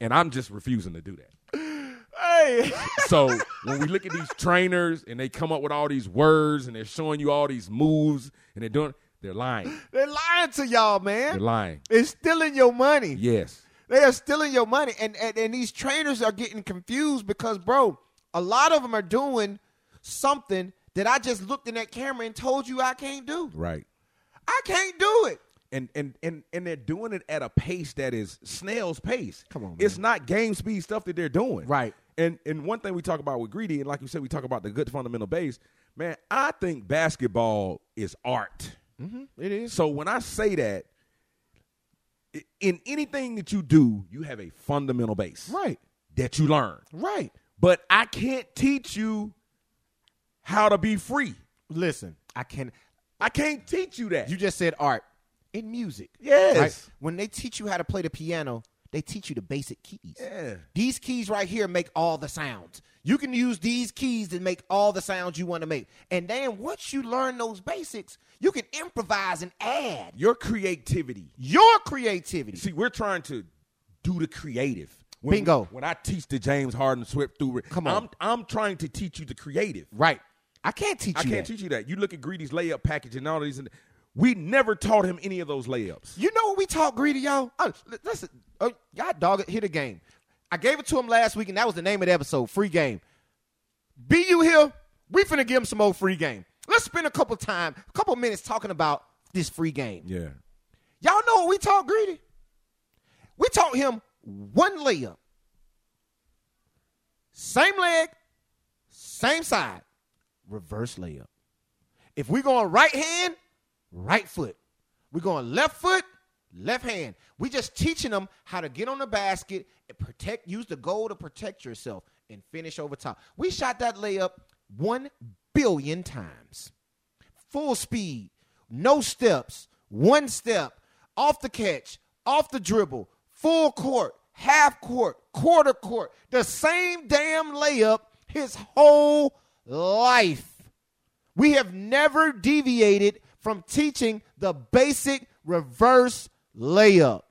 [SPEAKER 3] And I'm just refusing to do that.
[SPEAKER 2] Hey. *laughs*
[SPEAKER 3] So when we look at these trainers and they come up with all these words and they're showing you all these moves and they're doing, they're lying.
[SPEAKER 2] They're lying to y'all,
[SPEAKER 3] They're
[SPEAKER 2] man.
[SPEAKER 3] lying.
[SPEAKER 2] They're stealing your money.
[SPEAKER 3] Yes.
[SPEAKER 2] They are stealing your money. And, and and these trainers are getting confused because, bro, a lot of them are doing something that I just looked in that camera and told you I can't do.
[SPEAKER 3] Right.
[SPEAKER 2] I can't do it.
[SPEAKER 3] and and and and they're doing it at a pace that is snail's pace.
[SPEAKER 2] Come on, man.
[SPEAKER 3] it's not game speed stuff that they're doing,
[SPEAKER 2] Right.
[SPEAKER 3] And and one thing we talk about with greedy, and like you said, we talk about the good fundamental base. Man, I think basketball is art.
[SPEAKER 2] It is.
[SPEAKER 3] So when I say that, i- in anything that you do, you have a fundamental base,
[SPEAKER 2] Right.
[SPEAKER 3] That you learn,
[SPEAKER 2] Right.
[SPEAKER 3] but I can't teach you how to be free.
[SPEAKER 2] Listen, I can
[SPEAKER 3] I can't teach you that.
[SPEAKER 2] you just said art in music.
[SPEAKER 3] Yes.
[SPEAKER 2] When they teach you how to play the piano, they teach you the basic keys.
[SPEAKER 3] Yeah.
[SPEAKER 2] These keys right here make all the sounds. You can use these keys to make all the sounds you want to make. And then once you learn those basics, you can improvise and add
[SPEAKER 3] Your creativity
[SPEAKER 2] your creativity.
[SPEAKER 3] See, we're trying to do the creative. When,
[SPEAKER 2] Bingo.
[SPEAKER 3] When I teach the James Harden swept through, it,
[SPEAKER 2] Come on.
[SPEAKER 3] I'm, I'm trying to teach you the creative.
[SPEAKER 2] right. I can't teach
[SPEAKER 3] I
[SPEAKER 2] you.
[SPEAKER 3] can't
[SPEAKER 2] that.
[SPEAKER 3] teach you that. You look at Greedy's layup package and all these. And we never taught him any of those layups.
[SPEAKER 2] You know what we talk greedy, y'all? Oh, li- listen, oh, y'all dog it, hit a game. I gave it to him last week, and that was the name of the episode, free game. Be you here? We finna give him some old free game. Let's spend a couple time, a couple minutes talking about this free game.
[SPEAKER 3] Yeah.
[SPEAKER 2] Y'all know what we taught greedy? We taught him one layup. Same leg, same side, reverse layup. If we're going right hand, right foot. We're going left foot, left hand. We just teaching them how to get on the basket and protect, use the goal to protect yourself and finish over top. We shot that layup one billion times. Full speed, no steps, one step, off the catch, off the dribble, full court, half court, quarter court, the same damn layup his whole life. We have never deviated from teaching the basic reverse layup.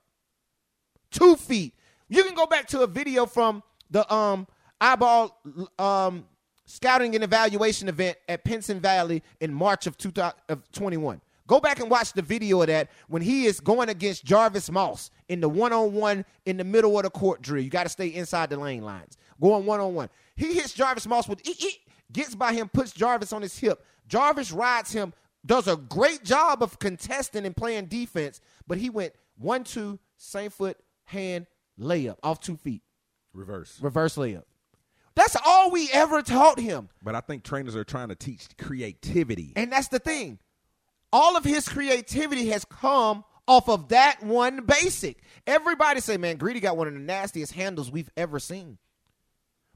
[SPEAKER 2] Two feet. You can go back to a video from the um eyeball um scouting and evaluation event at Pinson Valley in March of 2021. Go back and watch the video of that when he is going against Jarvis Moss in the one-on-one in the middle of the court drill. You got to stay inside the lane lines. Going one-on-one. He hits Jarvis Moss with eek, eek, gets by him, puts Jarvis on his hip. Jarvis rides him, does a great job of contesting and playing defense, but he went one, two, same foot, hand, layup, off two feet,
[SPEAKER 3] Reverse.
[SPEAKER 2] reverse layup. That's all we ever taught him.
[SPEAKER 3] But I think trainers are trying to teach creativity.
[SPEAKER 2] And that's the thing. All of his creativity has come off of that one basic. Everybody say, man, Greedy got one of the nastiest handles we've ever seen.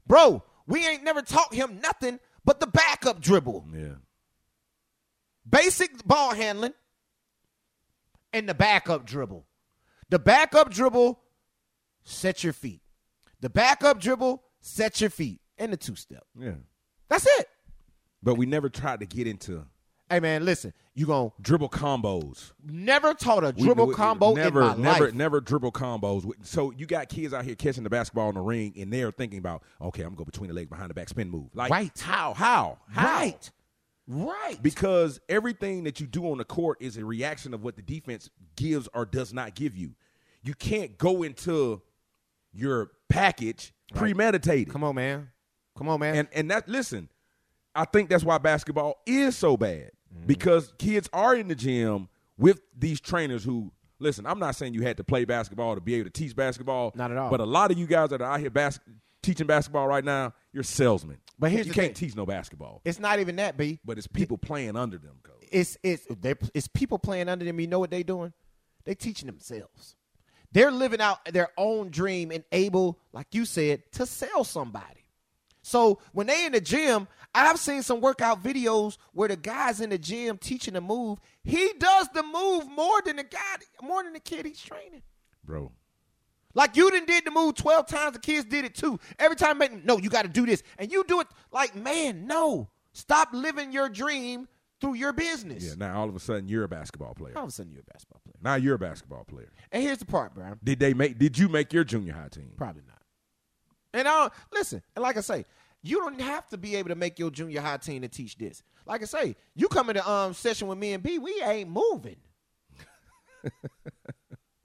[SPEAKER 2] Bro, we ain't never taught him nothing but the backup dribble.
[SPEAKER 3] yeah.
[SPEAKER 2] basic ball handling and the backup dribble. The backup dribble, set your feet. The backup dribble, set your feet. And the two step.
[SPEAKER 3] Yeah.
[SPEAKER 2] That's it.
[SPEAKER 3] But we never tried to get into
[SPEAKER 2] Hey man, listen, you gonna
[SPEAKER 3] dribble combos.
[SPEAKER 2] never taught a
[SPEAKER 3] We-
[SPEAKER 2] dribble
[SPEAKER 3] we-
[SPEAKER 2] combo
[SPEAKER 3] never,
[SPEAKER 2] in my
[SPEAKER 3] never,
[SPEAKER 2] life.
[SPEAKER 3] Never dribble combos. We- So you got kids out here catching the basketball in the ring, and they're thinking about, okay, I'm gonna go between the legs, behind the back, spin move. Like,
[SPEAKER 2] Right.
[SPEAKER 3] How? How? How?
[SPEAKER 2] Right. Right.
[SPEAKER 3] Because everything that you do on the court is a reaction of what the defense gives or does not give you. You can't go into your package premeditated.
[SPEAKER 2] Come on, man. Come on, man.
[SPEAKER 3] And and that listen, I think that's why basketball is so bad
[SPEAKER 2] Mm-hmm.
[SPEAKER 3] because kids are in the gym with these trainers who listen. I'm not saying you had to play basketball to be able to teach basketball,
[SPEAKER 2] Not at all.
[SPEAKER 3] But a lot of you guys that are out here bas- teaching basketball right now, you're salesmen.
[SPEAKER 2] But here's
[SPEAKER 3] you
[SPEAKER 2] the
[SPEAKER 3] can't
[SPEAKER 2] thing.
[SPEAKER 3] teach no basketball,
[SPEAKER 2] it's not even that, B.
[SPEAKER 3] but it's people playing under them. Coach.
[SPEAKER 2] it's it's they it's people playing under them. You know what they doing? They teaching themselves. They're living out their own dream and able, like you said, to sell somebody. So when they in the gym, I've seen some workout videos where the guys in the gym teaching the move. He does the move more than the guy, more than the kid he's training.
[SPEAKER 3] bro.
[SPEAKER 2] Like you didn't did the move twelve times. The kids did it too. Every time, make them, no, you got to do this, and you do it. Like man, no, stop living your dream through your business.
[SPEAKER 3] Yeah, now all of a sudden you're a basketball player.
[SPEAKER 2] All of a sudden, you're a basketball player.
[SPEAKER 3] Now you're a basketball player.
[SPEAKER 2] And here's the part, bro.
[SPEAKER 3] Did they make? Did you make your junior high team?
[SPEAKER 2] Probably not. And I don't, listen. And like I say, you don't have to be able to make your junior high team to teach this. Like I say, you come into um session with me and B, we ain't
[SPEAKER 3] *laughs*
[SPEAKER 2] moving.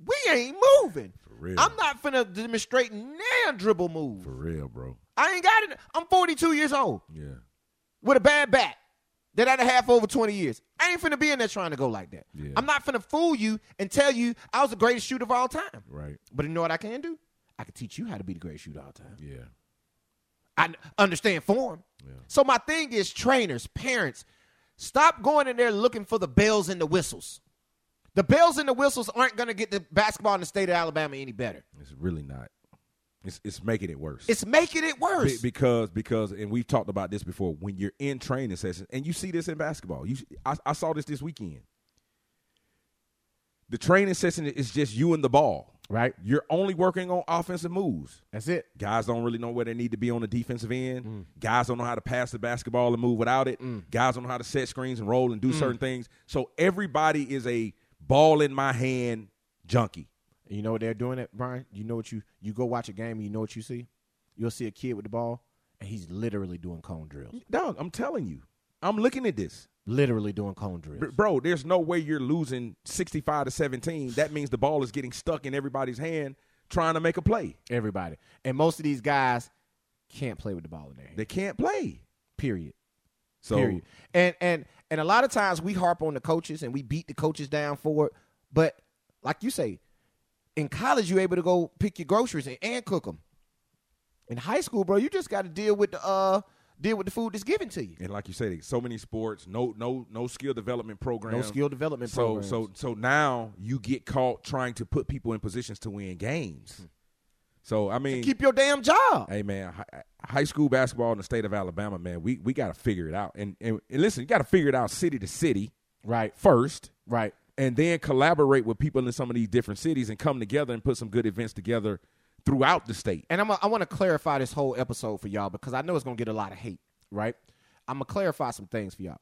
[SPEAKER 2] we ain't moving. For
[SPEAKER 3] real.
[SPEAKER 2] I'm not finna demonstrate nan dribble move.
[SPEAKER 3] For real, bro.
[SPEAKER 2] I ain't got it. I'm 42 years old
[SPEAKER 3] Yeah,
[SPEAKER 2] with a bad back that I'd have for over 20 years. I ain't finna be in there trying to go like that.
[SPEAKER 3] Yeah.
[SPEAKER 2] I'm not finna fool you and tell you I was the greatest shooter of all time.
[SPEAKER 3] right.
[SPEAKER 2] But you know what I can do? I can teach you how to be the greatest shooter all time.
[SPEAKER 3] Yeah,
[SPEAKER 2] I n- understand form.
[SPEAKER 3] Yeah.
[SPEAKER 2] So my thing is trainers, parents, stop going in there looking for the bells and the whistles. The bells and the whistles aren't going to get the basketball in the state of Alabama any better.
[SPEAKER 3] it's really not. It's it's making it worse.
[SPEAKER 2] It's making it worse.
[SPEAKER 3] Be- because because and we've talked about this before when you're in training sessions and you see this in basketball you I, I saw this this weekend the training session is just you and the ball
[SPEAKER 2] Right.
[SPEAKER 3] you're only working on offensive moves
[SPEAKER 2] That's it.
[SPEAKER 3] guys don't really know where they need to be on the defensive end guys don't know how to pass the basketball and move without it guys don't know how to set screens and roll and do certain things so everybody is a ball in my hand junkie
[SPEAKER 2] And you know what they're doing at Brian? You know what you you go watch a game and you know what you see? You'll see a kid with the ball and he's literally doing cone drills.
[SPEAKER 3] dog i'm telling you i'm looking at this
[SPEAKER 2] Literally doing cone drills.
[SPEAKER 3] Br- Bro, there's no way you're losing 65 to 17. That means the ball is getting stuck in everybody's hand trying to make a play.
[SPEAKER 2] Everybody. And most of these guys can't play with the ball in their hand.
[SPEAKER 3] They can't play.
[SPEAKER 2] Period.
[SPEAKER 3] So
[SPEAKER 2] Period. And and and a lot of times we harp on the coaches and we beat the coaches down for it. But like you say, in college you're able to go pick your groceries and, and cook them. In high school, bro, you just got to deal with the uh deal with the food that's given to you.
[SPEAKER 3] and like you said, so many sports, no no no skill development program.
[SPEAKER 2] No skill development.
[SPEAKER 3] so
[SPEAKER 2] programs.
[SPEAKER 3] so so now you get caught trying to put people in positions to win games. So I mean,
[SPEAKER 2] Hmm. keep your damn job.
[SPEAKER 3] hey man, hi- high school basketball in the state of Alabama, man, we we got to figure it out. And, and and listen, you got to figure it out city to city
[SPEAKER 2] Right.
[SPEAKER 3] first.
[SPEAKER 2] Right.
[SPEAKER 3] and then collaborate with people in some of these different cities and come together and put some good events together throughout the state.
[SPEAKER 2] And I'm a, I want to clarify this whole episode for y'all because I know it's gonna get a lot of hate. Right. I'm gonna clarify some things for y'all.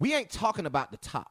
[SPEAKER 2] We ain't talking about the top.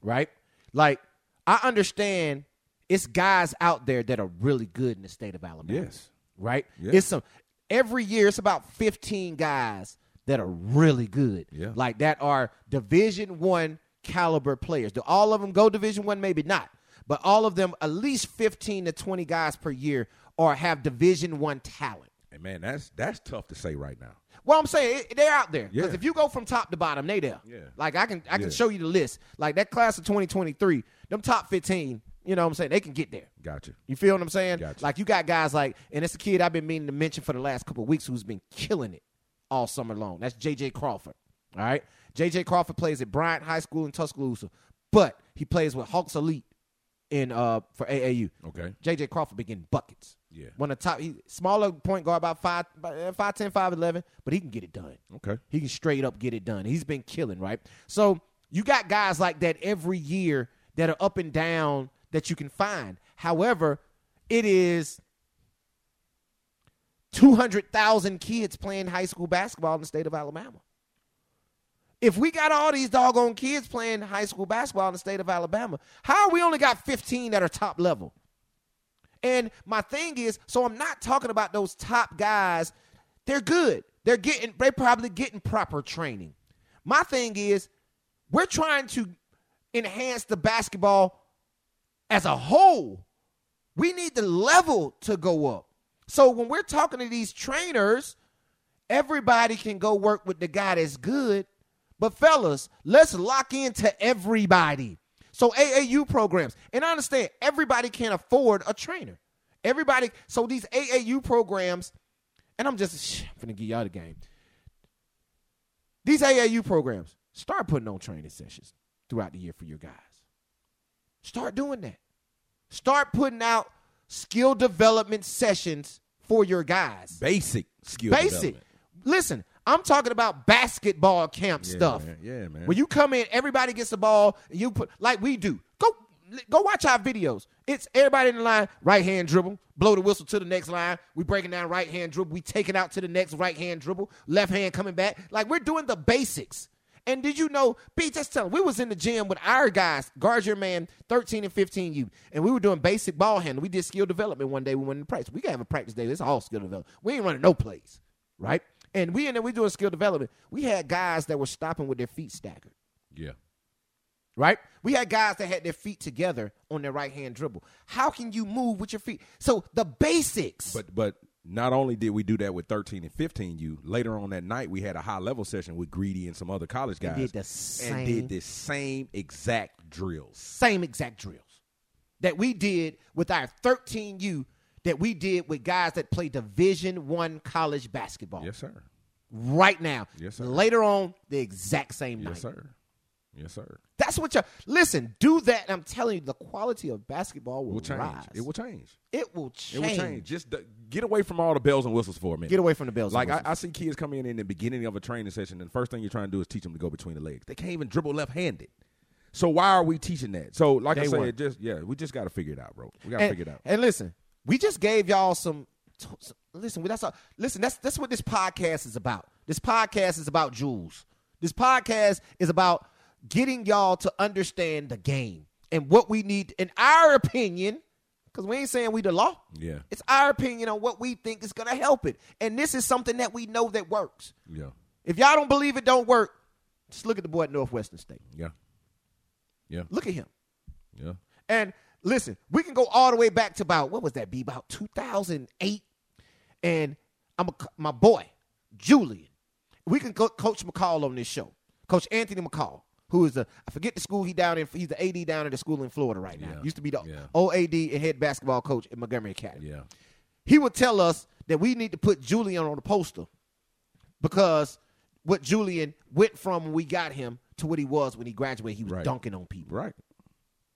[SPEAKER 2] Right. Like I understand it's guys out there that are really good in the state of Alabama.
[SPEAKER 3] Yes.
[SPEAKER 2] Right.
[SPEAKER 3] Yeah.
[SPEAKER 2] It's some every year. It's about 15 guys that are really good.
[SPEAKER 3] Yeah.
[SPEAKER 2] Like that are Division One caliber players. Do all of them go Division One? Maybe not. But all of them, at least 15 to 20 guys per year, or have Division One talent.
[SPEAKER 3] And man, that's that's tough to say right now.
[SPEAKER 2] Well, I'm saying it, they're out there because
[SPEAKER 3] Yeah.
[SPEAKER 2] if you go from top to bottom, they there.
[SPEAKER 3] Yeah.
[SPEAKER 2] Like I can I can
[SPEAKER 3] Yeah.
[SPEAKER 2] show you the list. Like that class of 2023, them top 15. You know what I'm saying? They can get there.
[SPEAKER 3] Gotcha.
[SPEAKER 2] You feel what I'm saying?
[SPEAKER 3] Gotcha.
[SPEAKER 2] Like you got guys like, and it's a kid I've been meaning to mention for the last couple of weeks who's been killing it all summer long. That's JJ Crawford. All right. JJ Crawford plays at Bryant High School in Tuscaloosa, but he plays with Hawks Elite in uh for AAU.
[SPEAKER 3] Okay.
[SPEAKER 2] JJ Crawford been getting buckets.
[SPEAKER 3] Yeah.
[SPEAKER 2] One of the top he smaller point guard about five about five ten, five eleven, but he can get it done.
[SPEAKER 3] Okay.
[SPEAKER 2] He can straight up get it done. He's been killing, right? So you got guys like that every year that are up and down that you can find. However, it is 200,000 kids playing high school basketball in the state of Alabama. If we got all these doggone kids playing high school basketball in the state of Alabama, how are we only got 15 that are top level? And my thing is, so I'm not talking about those top guys. They're good. They're getting they probably getting proper training. My thing is, we're trying to enhance the basketball as a whole. We need the level to go up. So when we're talking to these trainers, everybody can go work with the guy that's good. But fellas, let's lock into everybody. So AAU programs, and I understand everybody can't afford a trainer. Everybody, so these AAU programs, and I'm just I'm gonna give y'all the game. These AAU programs, start putting on training sessions throughout the year for your guys. Start doing that. Start putting out skill development sessions for your guys
[SPEAKER 3] Basic skill.
[SPEAKER 2] basic.
[SPEAKER 3] development.
[SPEAKER 2] Listen, I'm talking about basketball camp
[SPEAKER 3] Yeah,
[SPEAKER 2] stuff.
[SPEAKER 3] man. Yeah, man.
[SPEAKER 2] When you come in, everybody gets the ball. And you put like we do. Go go watch our videos. It's everybody in the line. Right hand dribble, blow the whistle to the next line. We breaking down right hand dribble. We take it out to the next right hand dribble. Left hand coming back. Like we're doing the basics. And did you know, B, just tell 'em, we was in the gym with our guys, guard your man, 13 and 15 you, and we were doing basic ball handling. We did skill development one day. We went in practice. We got to have a practice day. It's all skill development. We ain't running no plays, right? And we in there, we doing skill development. We had guys that were stopping with their feet staggered
[SPEAKER 3] yeah.
[SPEAKER 2] right? We had guys that had their feet together on their right hand dribble. How can you move with your feet? So the basics.
[SPEAKER 3] But but not only did we do that with 13 and 15 you later on that night we had a high level session with Greedy and some other college guys
[SPEAKER 2] did the
[SPEAKER 3] and
[SPEAKER 2] same-
[SPEAKER 3] did the same exact drills.
[SPEAKER 2] same exact drills that we did with our 13U that we did with guys that play Division 1 college basketball.
[SPEAKER 3] Yes sir.
[SPEAKER 2] Right now.
[SPEAKER 3] Yes, sir.
[SPEAKER 2] Later on the exact same night.
[SPEAKER 3] Yes sir. Yes sir.
[SPEAKER 2] That's what you Listen, do that and I'm telling you the quality of basketball will,
[SPEAKER 3] Will change.
[SPEAKER 2] rise.
[SPEAKER 3] It will change.
[SPEAKER 2] It will change.
[SPEAKER 3] It will change. Just d- get away from all the bells and whistles for a minute.
[SPEAKER 2] Get away from the bells. and
[SPEAKER 3] Like I,
[SPEAKER 2] whistles.
[SPEAKER 3] I see kids come in in the beginning of a training session, and the first thing you're trying to do is teach them to go between the legs. They can't even dribble left-handed. So why are we teaching that? So like I
[SPEAKER 2] Day
[SPEAKER 3] said,
[SPEAKER 2] one.
[SPEAKER 3] just yeah, we just got to figure it out, bro. We got to
[SPEAKER 2] and,
[SPEAKER 3] figure it out.
[SPEAKER 2] and listen, we just gave y'all some. t- some- Listen, that's all, listen. That's that's what this podcast is about. This podcast is about jewels. This podcast is about getting y'all to understand the game and what we need, in our opinion, because we ain't saying we the law.
[SPEAKER 3] Yeah.
[SPEAKER 2] it's our opinion on what we think is gonna help it, and this is something that we know that works.
[SPEAKER 3] Yeah,
[SPEAKER 2] If y'all don't believe it don't work, just look at the boy at Northwestern State.
[SPEAKER 3] yeah, yeah,
[SPEAKER 2] Look at him.
[SPEAKER 3] yeah.
[SPEAKER 2] And listen, we can go all the way back to about what was that? Be about 2008. And I'm a, my boy Julian. We can co- coach McCall on this show. Coach Anthony McCall, who is the I forget the school he down in. He's the AD down at the school in Florida right now.
[SPEAKER 3] Yeah,
[SPEAKER 2] Used to be the
[SPEAKER 3] yeah.
[SPEAKER 2] OAD and head basketball coach at Montgomery Academy.
[SPEAKER 3] Yeah.
[SPEAKER 2] He would tell us that we need to put Julian on the poster because what Julian went from when we got him to what he was when he graduated, he was
[SPEAKER 3] Right.
[SPEAKER 2] dunking on people.
[SPEAKER 3] Right.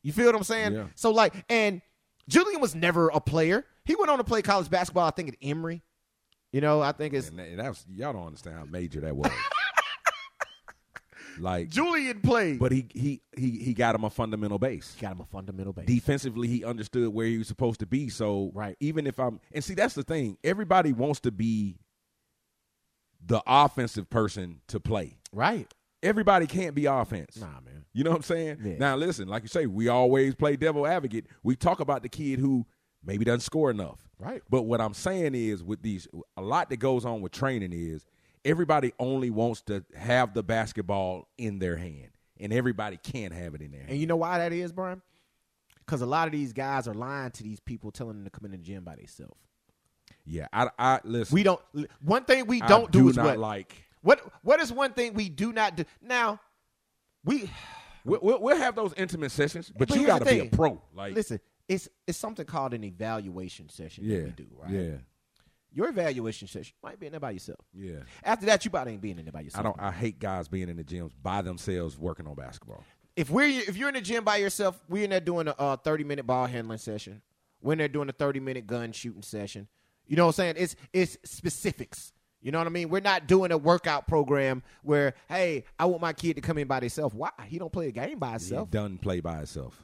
[SPEAKER 2] You feel what I'm saying?
[SPEAKER 3] Yeah.
[SPEAKER 2] So like, and Julian was never a player. He went on to play college basketball, I think at Emory. You know, I think it's
[SPEAKER 3] And that, and that was y'all don't understand how major that
[SPEAKER 2] *laughs*
[SPEAKER 3] was. like,
[SPEAKER 2] Julian played. But
[SPEAKER 3] but he he he he got him a fundamental base.
[SPEAKER 2] he got him a fundamental base.
[SPEAKER 3] Defensively, he understood where he was supposed to be. So,
[SPEAKER 2] Right.
[SPEAKER 3] even if I'm and see that's the thing, everybody wants to be the offensive person to play.
[SPEAKER 2] right.
[SPEAKER 3] Everybody can't be offense.
[SPEAKER 2] Nah, man.
[SPEAKER 3] You know what I'm saying?
[SPEAKER 2] Yeah.
[SPEAKER 3] Now listen, like you say, we always play devil advocate. We talk about the kid who maybe doesn't score enough.
[SPEAKER 2] Right.
[SPEAKER 3] But what I'm saying is with these a lot that goes on with training is everybody only wants to have the basketball in their hand. And everybody can't have it in their hand.
[SPEAKER 2] And you know why that is, Brian? Because a lot of these guys are lying to these people, telling them to come in the gym by themselves.
[SPEAKER 3] yeah, I I listen.
[SPEAKER 2] We don't. One thing we
[SPEAKER 3] I
[SPEAKER 2] don't do,
[SPEAKER 3] do
[SPEAKER 2] is
[SPEAKER 3] not
[SPEAKER 2] what?
[SPEAKER 3] like
[SPEAKER 2] what? What is one thing we do not do? Now, we
[SPEAKER 3] we, we'll, we'll have those intimate sessions, but,
[SPEAKER 2] But
[SPEAKER 3] you
[SPEAKER 2] here's
[SPEAKER 3] got
[SPEAKER 2] the
[SPEAKER 3] to be a
[SPEAKER 2] thing.
[SPEAKER 3] pro. Like
[SPEAKER 2] listen. It's it's something called an evaluation session
[SPEAKER 3] yeah,
[SPEAKER 2] that we do, right?
[SPEAKER 3] yeah,
[SPEAKER 2] Your evaluation session might be in there by yourself.
[SPEAKER 3] yeah.
[SPEAKER 2] After that, you probably ain't being in there by yourself.
[SPEAKER 3] I don't. I hate guys being in the gyms by themselves working on basketball.
[SPEAKER 2] If we're if you're in the gym by yourself, we're in there doing a uh, thirty minute ball handling session. We're in there doing a thirty minute gun shooting session. You know what I'm saying? It's it's specifics. You know what I mean? We're not doing a workout program where hey, I want my kid to come in by themselves. Why? He don't play a game by
[SPEAKER 3] He
[SPEAKER 2] himself.
[SPEAKER 3] done play by itself.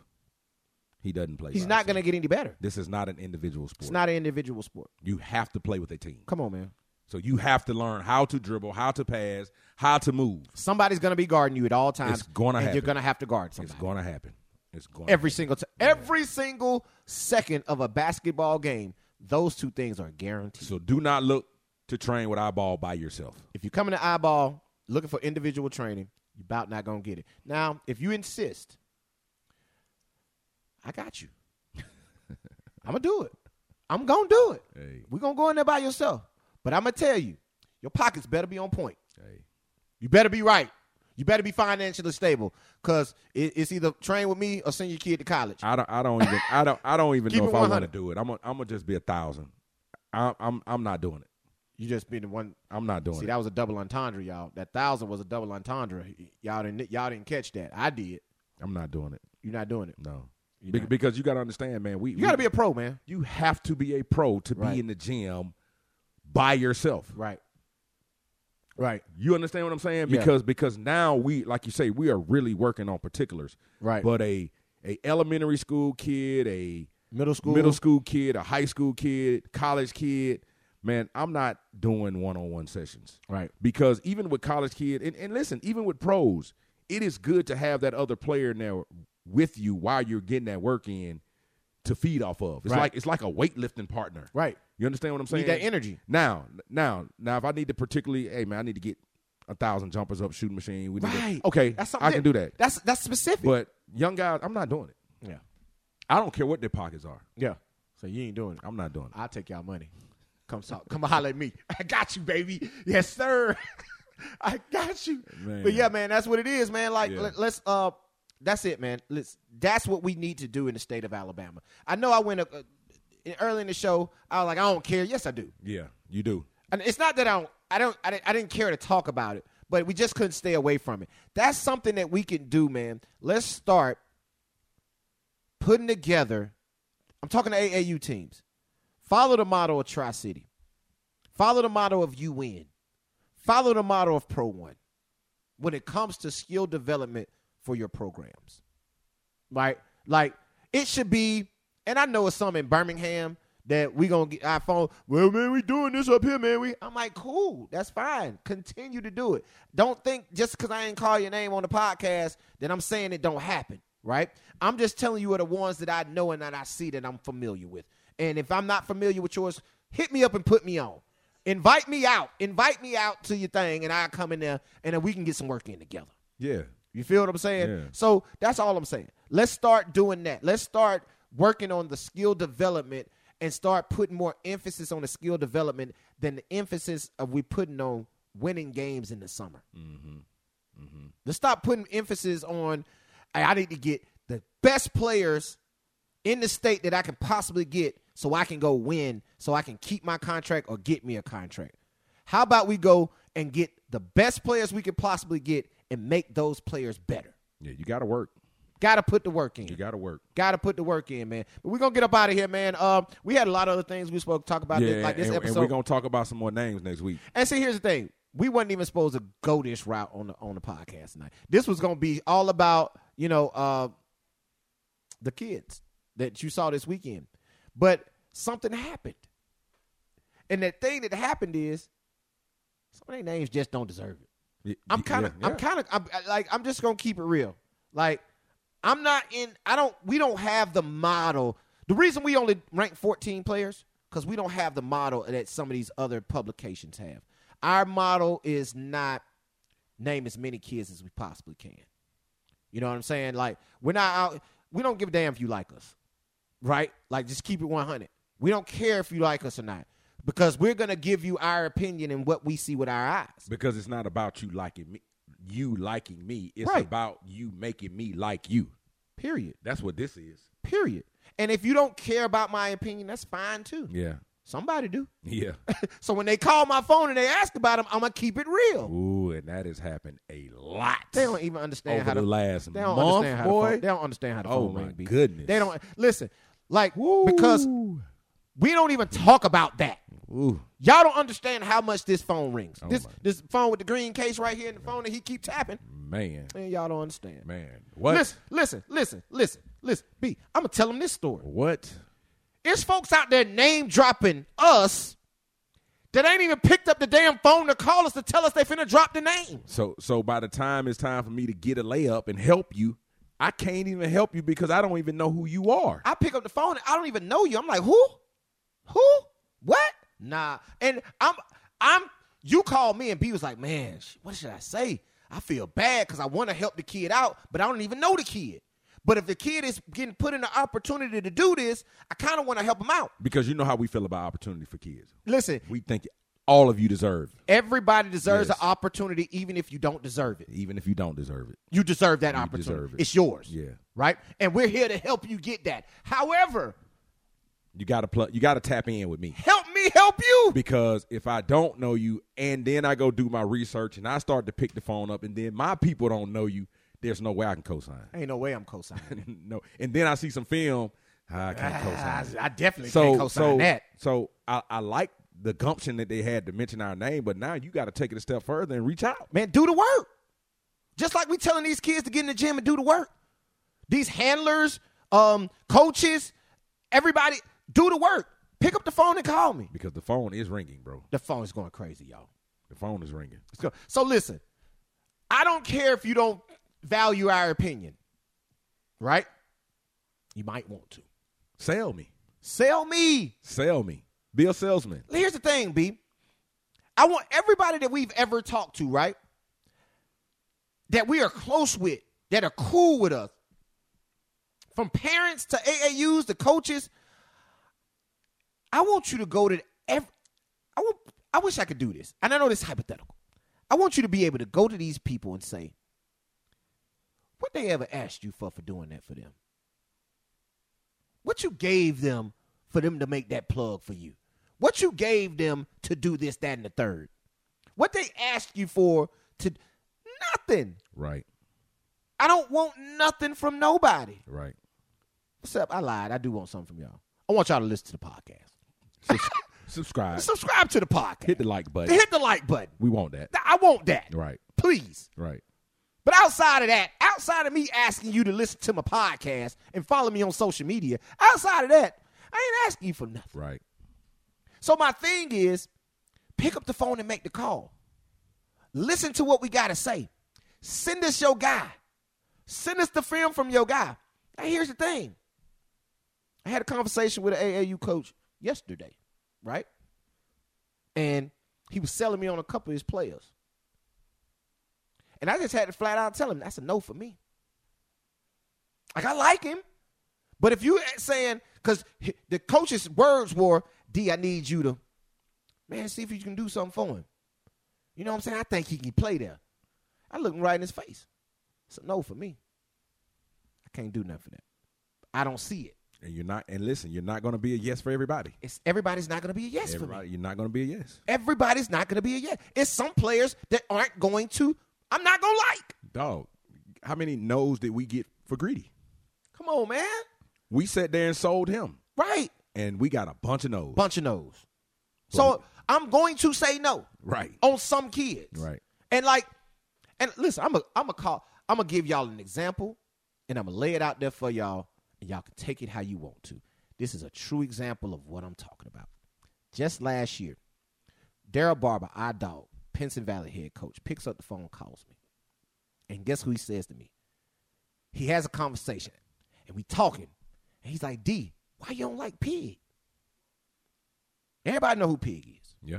[SPEAKER 3] He doesn't play.
[SPEAKER 2] He's
[SPEAKER 3] by
[SPEAKER 2] not
[SPEAKER 3] himself.
[SPEAKER 2] going to get any better.
[SPEAKER 3] This is not an individual sport.
[SPEAKER 2] It's not an individual sport.
[SPEAKER 3] you have to play with a team.
[SPEAKER 2] Come on, man.
[SPEAKER 3] So you have to learn how to dribble, how to pass, how to move.
[SPEAKER 2] Somebody's going to be guarding you at all times.
[SPEAKER 3] It's gonna
[SPEAKER 2] and you're
[SPEAKER 3] happen.
[SPEAKER 2] going to have to guard
[SPEAKER 3] It's
[SPEAKER 2] somebody.
[SPEAKER 3] going to happen. It's going.
[SPEAKER 2] every single t- every single second of a basketball game, those two things are guaranteed.
[SPEAKER 3] So do not look to train with eyeball by yourself.
[SPEAKER 2] If you come in the eyeball looking for individual training, you about not gonna get it. Now, if you insist, I
[SPEAKER 3] *laughs*
[SPEAKER 2] got you. I'm gonna do it. I'm gonna do it.
[SPEAKER 3] Hey.
[SPEAKER 2] We're gonna go in there by yourself. But I'm gonna tell you, your pockets better be on point.
[SPEAKER 3] Hey,
[SPEAKER 2] You better be right. You better be financially stable. Cause it, it's either train with me or send your kid to college.
[SPEAKER 3] I don't. I don't even. I don't. I don't
[SPEAKER 2] *laughs*
[SPEAKER 3] even
[SPEAKER 2] Keep
[SPEAKER 3] know
[SPEAKER 2] it
[SPEAKER 3] if I want to
[SPEAKER 2] 100.
[SPEAKER 3] do it. I'm. gonna- I'm gonna just be a thousand. I'm. I'm. I'm not doing it.
[SPEAKER 2] You just been the one
[SPEAKER 3] I'm not doing
[SPEAKER 2] See,
[SPEAKER 3] it.
[SPEAKER 2] that was a double entendre, y'all. That thousand was a double entendre. Y'all didn't y'all didn't catch that. I did.
[SPEAKER 3] I'm not doing it.
[SPEAKER 2] You're not doing it.
[SPEAKER 3] No.
[SPEAKER 2] You're
[SPEAKER 3] Be-
[SPEAKER 2] not.
[SPEAKER 3] because you got to understand, man. We
[SPEAKER 2] You got to be a pro, man.
[SPEAKER 3] You have to be a pro to
[SPEAKER 2] Right.
[SPEAKER 3] be in the gym by yourself.
[SPEAKER 2] Right. Right.
[SPEAKER 3] You understand what I'm saying?
[SPEAKER 2] Yeah.
[SPEAKER 3] Because because now we, like you say, we are really working on particulars.
[SPEAKER 2] Right.
[SPEAKER 3] But a a elementary school kid, a
[SPEAKER 2] Middle school.
[SPEAKER 3] middle school kid, a high school kid, college kid, man, I'm not doing one on one sessions.
[SPEAKER 2] Right.
[SPEAKER 3] Because even with college kid, and, and listen, even with pros, it is good to have that other player now with you while you're getting that work in to feed off of. It's
[SPEAKER 2] Right.
[SPEAKER 3] like it's like a weightlifting partner.
[SPEAKER 2] Right.
[SPEAKER 3] You understand what I'm saying?
[SPEAKER 2] Need that energy.
[SPEAKER 3] Now, now, now, if I need to particularly, hey man, I need to get a thousand jumpers up, shooting machine. We need to- okay,
[SPEAKER 2] That's something
[SPEAKER 3] I can do that.
[SPEAKER 2] That's that's specific.
[SPEAKER 3] But young guys, I'm not doing it.
[SPEAKER 2] yeah.
[SPEAKER 3] I don't care what their pockets are.
[SPEAKER 2] Yeah. So you ain't doing it.
[SPEAKER 3] I'm not doing it.
[SPEAKER 2] I'll take y'all money. Come talk. Come holler at me. *laughs* I got you, baby. Yes, sir. *laughs* I got you.
[SPEAKER 3] Man.
[SPEAKER 2] But yeah, man, that's what it is, man. Like
[SPEAKER 3] Yeah.
[SPEAKER 2] let, let's uh that's it, man. Let's that's what we need to do in the state of Alabama. I know I went uh, uh, early in the show, I was like, I don't care. Yes, I do.
[SPEAKER 3] Yeah, you do.
[SPEAKER 2] And it's not that I don't I don't I didn't, I didn't care to talk about it, but we just couldn't stay away from it. That's something that we can do, man. Let's start putting together I'm talking to AAU teams. Follow the motto of Tri City. Follow the motto of you win. Follow the motto of Pro One when it comes to skill development for your programs. Right? Like it should be, and I know it's some in Birmingham that we gonna get iPhone. Well, man, we doing this up here, man. We I'm like, cool, that's fine. Continue to do it. Don't think just because I ain't call your name on the podcast that I'm saying it don't happen. Right? I'm just telling you are the ones that I know and that I see that I'm familiar with. And if I'm not familiar with yours, hit me up and put me on. Invite me out. Invite me out to your thing, and I come in there, and then we can get some work in together.
[SPEAKER 3] Yeah,
[SPEAKER 2] You feel what I'm saying?
[SPEAKER 3] Yeah.
[SPEAKER 2] So that's all I'm saying. Let's start doing that. Let's start working on the skill development and start putting more emphasis on the skill development than the emphasis of we putting on winning games in the summer. Let's stop putting emphasis on "Hey, I need to get the best players in the state that I can possibly get so I can go win, so I can keep my contract or get me a contract. How about we go and get the best players we can possibly get and make those players better?
[SPEAKER 3] yeah. You got to work.
[SPEAKER 2] Got to put the work in.
[SPEAKER 3] You got to work.
[SPEAKER 2] Got to put the work in, man. But we're going to get up out of here, man. Um, we had a lot of other things we spoke talk about
[SPEAKER 3] yeah,
[SPEAKER 2] this, like this
[SPEAKER 3] and,
[SPEAKER 2] episode.
[SPEAKER 3] and we're gonna talk about some more names next week.
[SPEAKER 2] And see, here's the thing: we wasn't even supposed to go this route on the on the podcast tonight. This was gonna be all about you know uh, the kids that you saw this weekend, but something happened, and that thing that happened is some of their names just don't deserve it.
[SPEAKER 3] Y-
[SPEAKER 2] I'm
[SPEAKER 3] y-
[SPEAKER 2] kind of,
[SPEAKER 3] yeah,
[SPEAKER 2] I'm
[SPEAKER 3] yeah.
[SPEAKER 2] kind of, I'm I- like, I'm just gonna keep it real. Like, I'm not in. I don't. We don't have the model. The reason we only rank 14 players because we don't have the model that some of these other publications have. Our model is not name as many kids as we possibly can. You know what I'm saying? Like, we're not out. We don't give a damn if you like us right? Like, just keep it 100. We don't care if you like us or not because we're going to give you our opinion and what we see with our eyes.
[SPEAKER 3] because it's not about you liking me. You liking me. It's
[SPEAKER 2] Right.
[SPEAKER 3] about you making me like you.
[SPEAKER 2] Period.
[SPEAKER 3] That's what this is.
[SPEAKER 2] Period. And if you don't care about my opinion, that's fine too.
[SPEAKER 3] Yeah.
[SPEAKER 2] Somebody do. *laughs*
[SPEAKER 3] Yeah.
[SPEAKER 2] So when they call my phone and they ask about them, I'm going to keep it real.
[SPEAKER 3] Ooh, and that has happened a lot.
[SPEAKER 2] They don't even understand
[SPEAKER 3] over
[SPEAKER 2] how to
[SPEAKER 3] the last
[SPEAKER 2] They don't
[SPEAKER 3] month,
[SPEAKER 2] understand how
[SPEAKER 3] boy.
[SPEAKER 2] to phone, they don't understand how to
[SPEAKER 3] Oh,
[SPEAKER 2] phone
[SPEAKER 3] my
[SPEAKER 2] ring, B.
[SPEAKER 3] goodness.
[SPEAKER 2] They don't listen. Like because we don't even talk about that.
[SPEAKER 3] Ooh.
[SPEAKER 2] Y'all don't understand how much this phone rings.
[SPEAKER 3] Oh,
[SPEAKER 2] this
[SPEAKER 3] my.
[SPEAKER 2] this phone with the green case right here, and the phone that he keep tapping.
[SPEAKER 3] Man.
[SPEAKER 2] Man, y'all don't understand.
[SPEAKER 3] Man. What?
[SPEAKER 2] Listen, listen, listen, listen, listen. B, I'm gonna tell them this story.
[SPEAKER 3] What?
[SPEAKER 2] It's folks out there name dropping us that ain't even picked up the damn phone to call us to tell us they finna drop the name.
[SPEAKER 3] So so by the time it's time for me to get a layup and help you, I can't even help you because I don't even know who you are.
[SPEAKER 2] I pick up the phone and I don't even know you. I'm like, who? Who? What? Nah. And I'm I'm you called me and B was like, man, sh- what should I say? I feel bad because I want to help the kid out, but I don't even know the kid. But if the kid is getting put in the opportunity to do this, I kind of want to help him out.
[SPEAKER 3] Because you know how we feel about opportunity for kids.
[SPEAKER 2] Listen,
[SPEAKER 3] We think all of you deserve, it,
[SPEAKER 2] everybody deserves
[SPEAKER 3] Yes.
[SPEAKER 2] an opportunity, even if you don't deserve it.
[SPEAKER 3] even if you don't deserve it.
[SPEAKER 2] You deserve that
[SPEAKER 3] You
[SPEAKER 2] opportunity.
[SPEAKER 3] deserve it.
[SPEAKER 2] It's yours.
[SPEAKER 3] Yeah.
[SPEAKER 2] Right? And we're here to help you get that. However,
[SPEAKER 3] You gotta plug. You gotta tap in with me.
[SPEAKER 2] help me help you.
[SPEAKER 3] because if I don't know you and then I go do my research and I start to pick the phone up and then my people don't know you, there's no way I can co-sign. *laughs*
[SPEAKER 2] Ain't no way I'm co-signing.
[SPEAKER 3] no, and then I see some film, I
[SPEAKER 2] *laughs*
[SPEAKER 3] can't
[SPEAKER 2] I,
[SPEAKER 3] co-sign.
[SPEAKER 2] I definitely
[SPEAKER 3] So
[SPEAKER 2] Ah, can't co-sign
[SPEAKER 3] so
[SPEAKER 2] that.
[SPEAKER 3] so I, I like the gumption that they had to mention our name, but now you got to take it a step further and reach out.
[SPEAKER 2] Man, do the work. Just like we telling these kids to get in the gym and do the work. These handlers, um, coaches, everybody, do the work. Pick up the phone and call me.
[SPEAKER 3] Because the phone is ringing, bro.
[SPEAKER 2] The phone is going crazy, y'all.
[SPEAKER 3] The phone is ringing.
[SPEAKER 2] It's go- So listen, I don't care if you don't value our opinion, right? You might want to.
[SPEAKER 3] Sell me.
[SPEAKER 2] Sell me.
[SPEAKER 3] Sell me. Be a salesman.
[SPEAKER 2] Here's the thing, B. I want everybody that we've ever talked to, right? That we are close with, that are cool with us, from parents to AAUs to coaches. I want you to go to every. I want. I wish I could do this, and I know this is hypothetical. I want you to be able to go to these people and say, "What they ever asked you for for doing that for them? What you gave them for them to make that plug for you? What you gave them to do this, that, and the third? What they asked you for to nothing?
[SPEAKER 3] Right.
[SPEAKER 2] I don't want nothing from nobody.
[SPEAKER 3] Right.
[SPEAKER 2] What's up? I lied. I do want something from y'all. I want y'all to listen to the podcast.
[SPEAKER 3] Subs- subscribe.
[SPEAKER 2] Subscribe to the podcast.
[SPEAKER 3] Hit the like button.
[SPEAKER 2] Hit the like button.
[SPEAKER 3] We want that.
[SPEAKER 2] Th- I want that.
[SPEAKER 3] Right.
[SPEAKER 2] Please.
[SPEAKER 3] Right.
[SPEAKER 2] But outside of that, outside of me asking you to listen to my podcast and follow me on social media, outside of that, I ain't asking you for nothing.
[SPEAKER 3] Right.
[SPEAKER 2] So my thing is, pick up the phone and make the call. Listen to what we gotta say. Send us your guy. Send us the film from your guy. Now here's the thing. I had a conversation with an AAU coach yesterday, right? And he was selling me on a couple of his players. And I just had to flat out tell him that's a no for me. Like I like him. But if you a- saying because the coach's words were, "D, I need you to, man, see if you can do something for him." You know what I'm saying? I think he can play there. I looked him right in his face. It's a no for me. I can't do nothing for that. I don't see it.
[SPEAKER 3] And you're not. And listen, you're not going to be a yes for everybody.
[SPEAKER 2] It's everybody's not going to be a yes for me.
[SPEAKER 3] Everybody, you're not going to be a yes.
[SPEAKER 2] Everybody's not going to be a yes. It's some players that aren't going to. I'm not going to like.
[SPEAKER 3] Dog, how many no's did we get for greedy?
[SPEAKER 2] Come on, man.
[SPEAKER 3] We sat there and sold him,
[SPEAKER 2] Right?
[SPEAKER 3] and we got a bunch of no's.
[SPEAKER 2] Bunch of no's. So I'm going to say no.
[SPEAKER 3] right.
[SPEAKER 2] on some kids.
[SPEAKER 3] Right.
[SPEAKER 2] And like, and listen, I'm a I'm a call. I'm gonna give y'all an example, and I'm gonna lay it out there for y'all, and y'all can take it how you want to. This is a true example of what I'm talking about. Just last year, Daryl Barber, our dog, Penson Valley head coach, picks up the phone, calls me, and guess who he says to me? He has a conversation, and we talking, and he's like, "D, why you don't like Pig?" Everybody know who Pig is.
[SPEAKER 3] Yeah.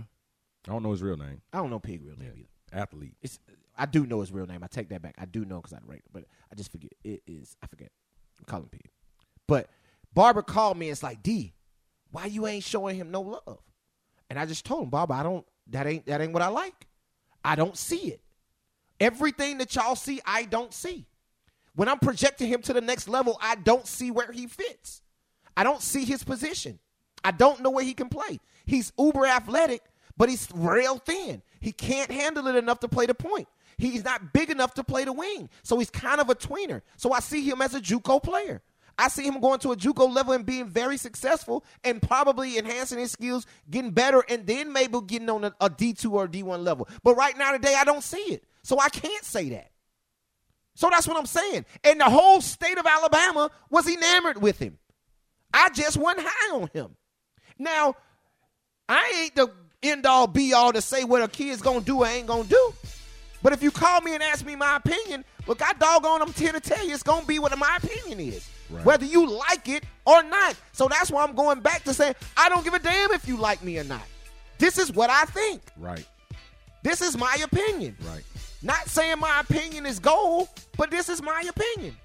[SPEAKER 3] I don't know his real name.
[SPEAKER 2] I don't know Pig real name either.
[SPEAKER 3] Athlete.
[SPEAKER 2] It's I do know his real name. I take that back. I do know because I ranked, but I just forget. It is I forget. I'm calling Pete. But Barbara called me. and It's like D, why you ain't showing him no love? And I just told him, Barbara, I don't. That ain't that ain't what I like. I don't see it. Everything that y'all see, I don't see. When I'm projecting him to the next level, I don't see where he fits. I don't see his position. I don't know where he can play. He's uber athletic, but he's rail thin. He can't handle it enough to play the point. He's not big enough to play the wing. So he's kind of a tweener. So I see him as a JUCO player. I see him going to a JUCO level and being very successful and probably enhancing his skills, getting better, and then maybe getting on a, a D2 or D1 level. But right now today, I don't see it. So I can't say that. So that's what I'm saying. And the whole state of Alabama was enamored with him. I just wasn't high on him. Now, I ain't the end all be all to say what a kid's gonna do or ain't gonna do. But if you call me and ask me my opinion, well, God doggone, I'm here to tell you it's gonna be what my opinion is,
[SPEAKER 3] Right.
[SPEAKER 2] whether you like it or not. So that's why I'm going back to saying I don't give a damn if you like me or not. This is what I think.
[SPEAKER 3] Right,
[SPEAKER 2] This is my opinion.
[SPEAKER 3] right.
[SPEAKER 2] Not saying my opinion is gold, but this is my opinion.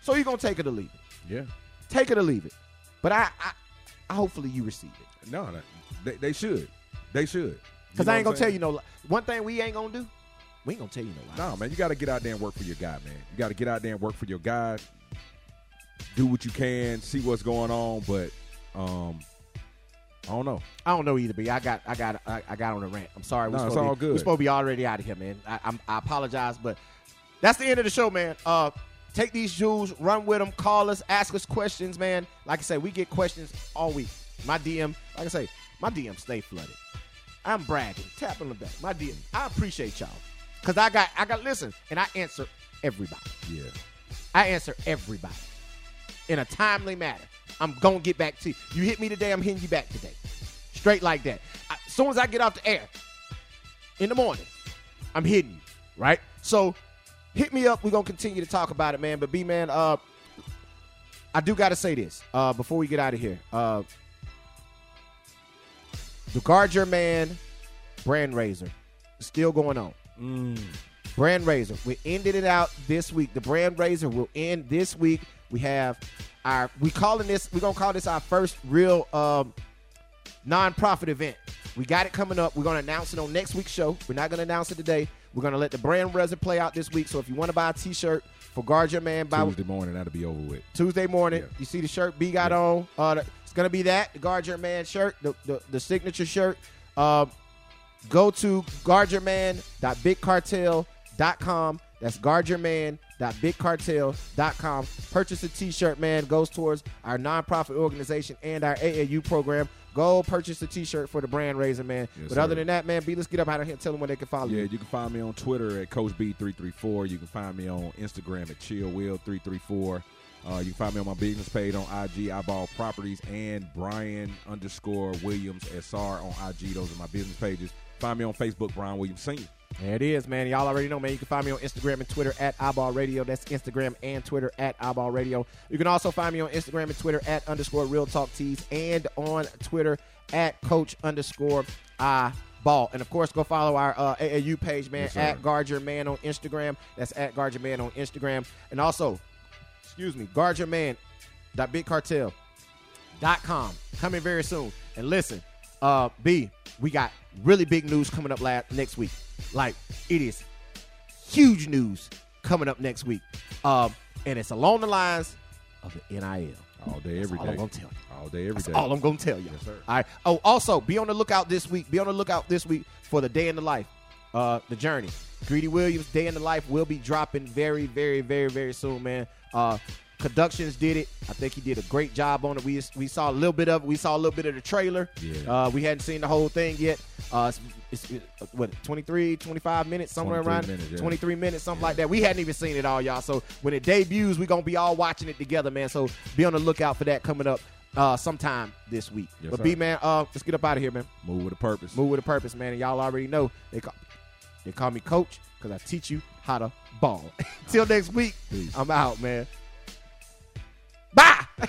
[SPEAKER 2] So you're gonna take it or leave it.
[SPEAKER 3] Yeah.
[SPEAKER 2] Take it or leave it. But I, I, I hopefully you receive it.
[SPEAKER 3] No, that- they, they should. They should.
[SPEAKER 2] Cause I ain't gonna tell you no. li- One thing we ain't gonna do, we ain't gonna tell you no lies.
[SPEAKER 3] No, man, you got to get out there and work for your guy, man. You got to get out there and work for your guy. Do what you can, see what's going on, but um, I don't know.
[SPEAKER 2] I don't know either, but I got I got I, I got on a rant. I'm sorry.
[SPEAKER 3] No, it's
[SPEAKER 2] supposed to
[SPEAKER 3] all
[SPEAKER 2] be,
[SPEAKER 3] good.
[SPEAKER 2] We're supposed to be already out of here, man. I, I'm, I apologize, but that's the end of the show, man. Uh, take these jewels, run with them, call us, ask us questions, man. Like I say, we get questions all week. My DM, like I say, my DM stay flooded. I'm bragging, tapping the back. My DM, I appreciate y'all, cause I got I got listen, and I answer everybody.
[SPEAKER 3] Yeah,
[SPEAKER 2] I answer everybody in a timely manner. I'm gonna get back to you. You hit me today, I'm hitting you back today. Straight like that. I- As soon as I get off the air in the morning, I'm hitting you, right? So hit me up. We're gonna continue to talk about it, man. But B man, uh I do gotta say this, uh, before we get out of here. Uh the guard your man brand razor still going on. Brand Razor. We ended it out this week. The Brand Razor will end this week. We have our we calling this we're gonna call this our first real um nonprofit event. We got it coming up. We're gonna announce it on next week's show. We're not gonna announce it today. We're gonna let the brand razor play out this week. So if you want to buy a t-shirt for Guard Your Man, buy
[SPEAKER 3] Tuesday morning that'll be over with.
[SPEAKER 2] Tuesday morning.
[SPEAKER 3] Yeah.
[SPEAKER 2] You see the shirt B got
[SPEAKER 3] Yeah.
[SPEAKER 2] on. Uh, the- it's gonna be that the guard your man shirt, the the, the signature shirt. Um, go to guardyourman.bigcartel.com. That's guardyourman.bigcartel.com. Purchase a t-shirt, man. Goes towards our nonprofit organization and our AAU program. Go purchase a t-shirt for the brand raiser, man.
[SPEAKER 3] Yes,
[SPEAKER 2] but other
[SPEAKER 3] sir.
[SPEAKER 2] than that, man, B, let's get up out of here and tell them where they can follow
[SPEAKER 3] Yeah,
[SPEAKER 2] you.
[SPEAKER 3] you can find me on Twitter at Coach B334. You can find me on Instagram at ChillWill334. Uh, you can find me on my business page on IG, Eyeball Properties, and Brian underscore Williams SR on IG. Those are my business pages. Find me on Facebook, Brian Williams Sr.
[SPEAKER 2] There it is, man. Y'all already know, man. You can find me on Instagram and Twitter at Eyeball Radio. That's Instagram and Twitter at Eyeball Radio. You can also find me on Instagram and Twitter at underscore Real Talk Tees and on Twitter at Coach underscore Eyeball. And of course, go follow our uh, AAU page, man,
[SPEAKER 3] Yes, sir.
[SPEAKER 2] at Guard Your Man on Instagram. That's at Guard Your Man on Instagram. And also, excuse me, Guard Your Man. Dot BigCartel com coming very soon. And listen, uh, B, we got really big news coming up la- next week. Like it is huge news coming up next week, um, and it's along the lines of the NIL.
[SPEAKER 3] All day, every
[SPEAKER 2] all I'm
[SPEAKER 3] day.
[SPEAKER 2] gonna tell you.
[SPEAKER 3] All day, every day.
[SPEAKER 2] That's all I'm gonna tell you.
[SPEAKER 3] Yes, sir.
[SPEAKER 2] All right. Oh, also be on the lookout this week. Be on the lookout this week for the day in the life, uh, the journey. Greedy Williams' day in the life will be dropping very, very, very, very soon, man. Uh, Productions did it. I think he did a great job on it. We we saw a little bit of it. We saw a little bit of the trailer.
[SPEAKER 3] Yeah.
[SPEAKER 2] Uh, we hadn't seen the whole thing yet. Uh, it's, it's uh, what 23, 25 minutes, somewhere
[SPEAKER 3] 23
[SPEAKER 2] around
[SPEAKER 3] minutes, yeah.
[SPEAKER 2] 23 three minutes, something like that. We hadn't even seen it all, y'all. So when it debuts, we're gonna be all watching it together, man. So be on the lookout for that coming up uh sometime this week.
[SPEAKER 3] Yes,
[SPEAKER 2] but
[SPEAKER 3] sir.
[SPEAKER 2] B man, uh let's get up out of here, man.
[SPEAKER 3] Move with a purpose.
[SPEAKER 2] Move with a purpose, man. And y'all already know they call they call me coach because I teach you how to *laughs* ball. Till next week,
[SPEAKER 3] Peace.
[SPEAKER 2] I'm out, man. Bye!